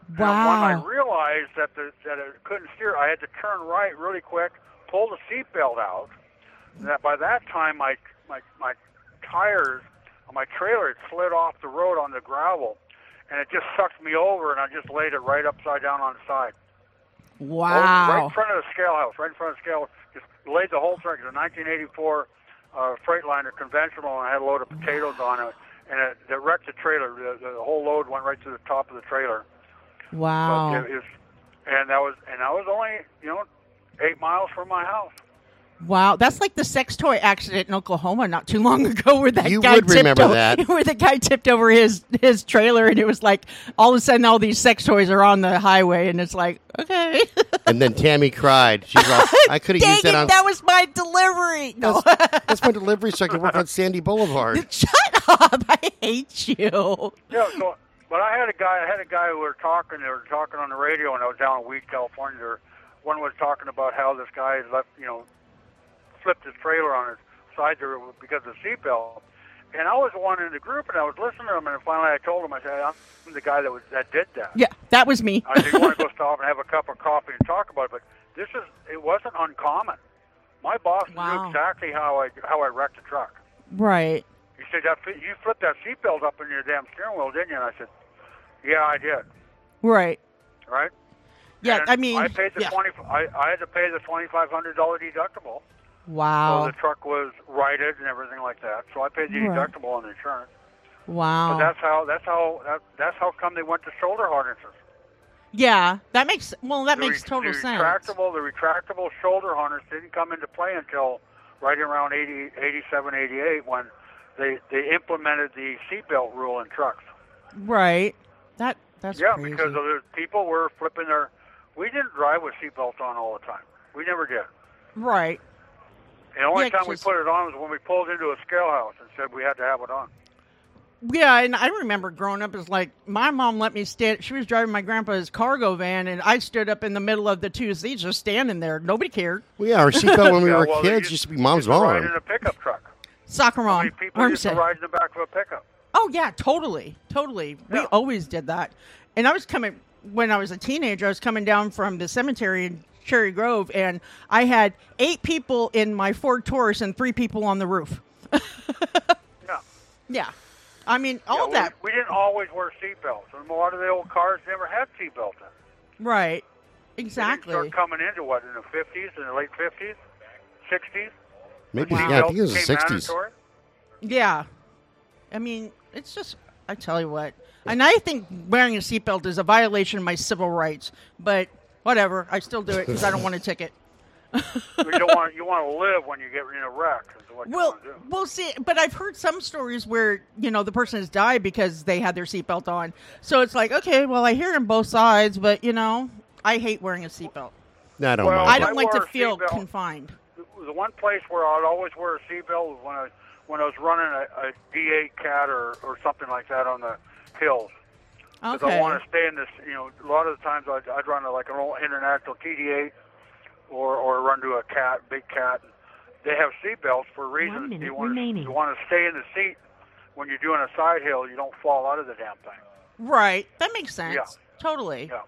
S3: And when I
S2: Wow.
S3: realized that the, that I couldn't steer, I had to turn right really quick, pull the seatbelt out. And that by that time, my my my tires on my trailer had slid off the road on the gravel, and it just sucked me over, and I just laid it right upside down on the side, Oh, right in
S2: Wow.
S3: front of the scale house, right in front of the scale. Just laid the whole truck. It's a 1984 uh, Freightliner conventional, and I had a load of potatoes on it, and it, it wrecked the trailer. The, the whole load went right to the top of the trailer. But
S2: Wow.
S3: it was- and that was and I was only you know eight miles from my house.
S2: Wow. That's like the sex toy accident in Oklahoma not too long ago where that
S1: You
S2: guy
S1: would
S2: tipped
S1: remember
S2: over,
S1: that.
S2: where the guy tipped over his his trailer and it was like all of a sudden all these sex toys are on the highway and it's like, okay.
S1: And then Tammy cried. She's all, I could have
S2: Dang
S1: used
S2: it,
S1: that on.
S2: that was my delivery. No.
S1: That's my delivery so I could work on Sandy Boulevard.
S2: Shut up. I hate you.
S3: Yeah. So, but I had a guy. I had a guy who were talking. They were talking on the radio, and I was down in Weed, California. There, one was talking about how this guy had left, you know, flipped his trailer on his side there because of the seatbelt. And I was the one in the group, and I was listening to him. And finally, I told him, I said, "I'm the guy that was that did that."
S2: Yeah, that was me.
S3: I didn't want to go stop and have a cup of coffee and talk about it, but this is it wasn't uncommon. My boss
S2: Wow.
S3: knew exactly how I how I wrecked the truck.
S2: Right.
S3: He said, that, fi- "You flipped that seatbelt up in your damn steering wheel, didn't you?" And I said, "Yeah, I did."
S2: Right.
S3: Right?
S2: Yeah,
S3: And
S2: I mean,
S3: I paid the
S2: yeah.
S3: twenty. I, I had to pay the twenty five hundred dollar deductible. So
S2: Wow.
S3: the truck was righted and everything like that. So I paid the
S2: Right. Oh.
S3: deductible on the insurance. But
S2: Wow.
S3: that's how that's how that, that's how come they went to shoulder harnesses.
S2: yeah, that makes well, that
S3: the
S2: makes
S3: re-
S2: total
S3: the
S2: sense.
S3: Retractable, the retractable shoulder harness didn't come into play until right around 80, 87, 88 when they, they implemented the seatbelt rule in trucks.
S2: Right. That that's
S3: yeah,
S2: crazy.
S3: because of the people were flipping their. We didn't drive with seatbelts on all the time. We never did.
S2: right.
S3: The only
S2: Yeah,
S3: time we
S2: 'cause-
S3: put it on was when we pulled into a scale house and said we had to have it on.
S2: Yeah, and I remember growing up as like my mom let me stand. She was driving my grandpa's cargo van, and I stood up in the middle of the two seats, just standing there. Nobody cared.
S1: Well, yeah, our seatbelt when we
S3: yeah,
S1: were
S3: well, they
S1: kids used to be
S3: they
S1: mom's
S3: used to Ride
S1: arm.
S3: in a pickup truck.
S2: Soccer
S3: I
S2: mom.
S3: mean, people used to
S2: Wormset.
S3: ride in the back of a pickup.
S2: Oh yeah, totally, totally. We
S3: Yeah.
S2: always did that. And I was coming when I was a teenager. I was coming down from the cemetery in Cherry Grove, and I had eight people in my Ford Taurus and three people on the roof.
S3: Yeah.
S2: Yeah, I mean all
S3: Yeah,
S2: that,
S3: We, we didn't always wear seatbelts, and a lot of the old cars never had seatbelts in.
S2: right?
S3: They didn't
S2: Exactly.
S3: Start coming into what in the fifties, in the late fifties, sixties.
S1: Maybe yeah, I think it was the sixties.
S2: Yeah, I mean it's just I tell you what, and I think wearing a seatbelt is a violation of my civil rights. But whatever, I still do it because I don't want a ticket.
S3: you don't want you want to live when you get in a wreck. Is what you
S2: Well,
S3: want to do.
S2: we'll see. But I've heard some stories where you know the person has died because they had their seatbelt on. So it's like, okay, well, I hear on both sides, but you know, I hate wearing a seatbelt.
S1: No, I don't
S3: Well,
S1: mind.
S2: I
S3: I
S2: don't like to
S3: wore a
S2: feel
S3: seatbelt.
S2: confined.
S3: The- The one place where I'd always wear a seatbelt was when I when I was running a, a D8 cat or or something like that on the hills. Because
S2: Okay.
S3: I want to stay in this. You know, a lot of the times I'd, I'd run a, like an old international TD8 or or run to a cat, big cat. They have seat belts for reasons.
S4: minute
S3: you want
S4: remaining.
S3: To, you want to stay in the seat when you're doing a side hill. You don't fall out of the damn thing.
S2: Right. That makes sense.
S3: Yeah.
S2: Totally.
S3: Yeah.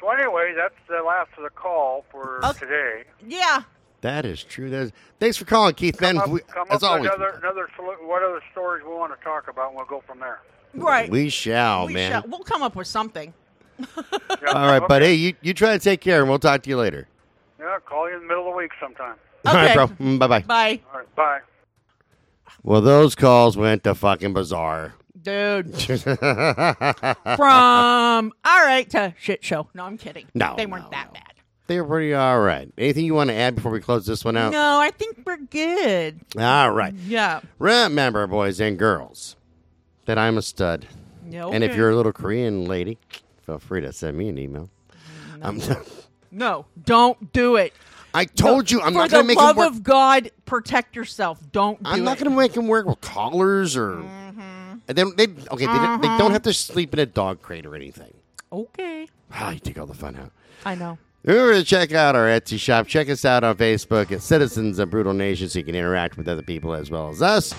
S3: So anyway, that's the last of the call for
S2: Okay.
S3: today.
S2: Yeah.
S1: That is true. That is, thanks for calling, Keith. Ben,
S3: Come up,
S1: we,
S3: come
S1: as
S3: up
S1: always,
S3: with another, another solu- what other stories we want to talk about, and we'll go from there.
S2: Right.
S1: we shall,
S2: We
S1: man.
S2: shall- We'll come up with something.
S3: Yeah.
S1: All right,
S3: okay.
S1: but hey, you, you try to take care, and we'll talk to you later.
S3: Yeah, call you in the middle of the week sometime.
S1: All right,
S2: Okay.
S1: bro. Mm, bye bye.
S2: Bye.
S3: All right, bye.
S1: Well, those calls went to fucking bizarre.
S2: dude. From all right to shit show. No, I'm kidding.
S1: No,
S2: they weren't
S1: no,
S2: that
S1: no.
S2: bad.
S1: They're pretty all right. Anything you want to add before we close this one out?
S2: No, I think we're good.
S1: All right.
S2: Yeah.
S1: Remember, boys and girls, that I'm a stud.
S2: No.
S1: And if you're a little Korean lady, feel free to send me an email. Um,
S2: Mm-hmm. no, don't do it.
S1: I told you I'm
S2: For
S1: not
S2: the
S1: going to make him
S2: love
S1: work.
S2: of God, protect yourself. Don't. Do
S1: I'm not
S2: it.
S1: going to make him work with collars or.
S2: Mm-hmm.
S1: And then they okay. They, don't- they don't have to sleep in a dog crate or anything.
S2: Okay.
S1: Ah, you take all the fun out.
S2: I know.
S1: Remember to check out our Etsy shop. Check us out on Facebook at Citizens of Brutal Nation so you can interact with other people as well as us.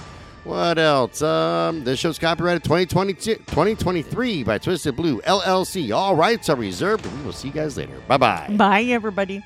S1: What else? Um, this show's copyrighted 2022, 2023 by Twisted Blue LLC. All rights are reserved. and We will see you guys later. Bye bye.
S2: Bye, everybody.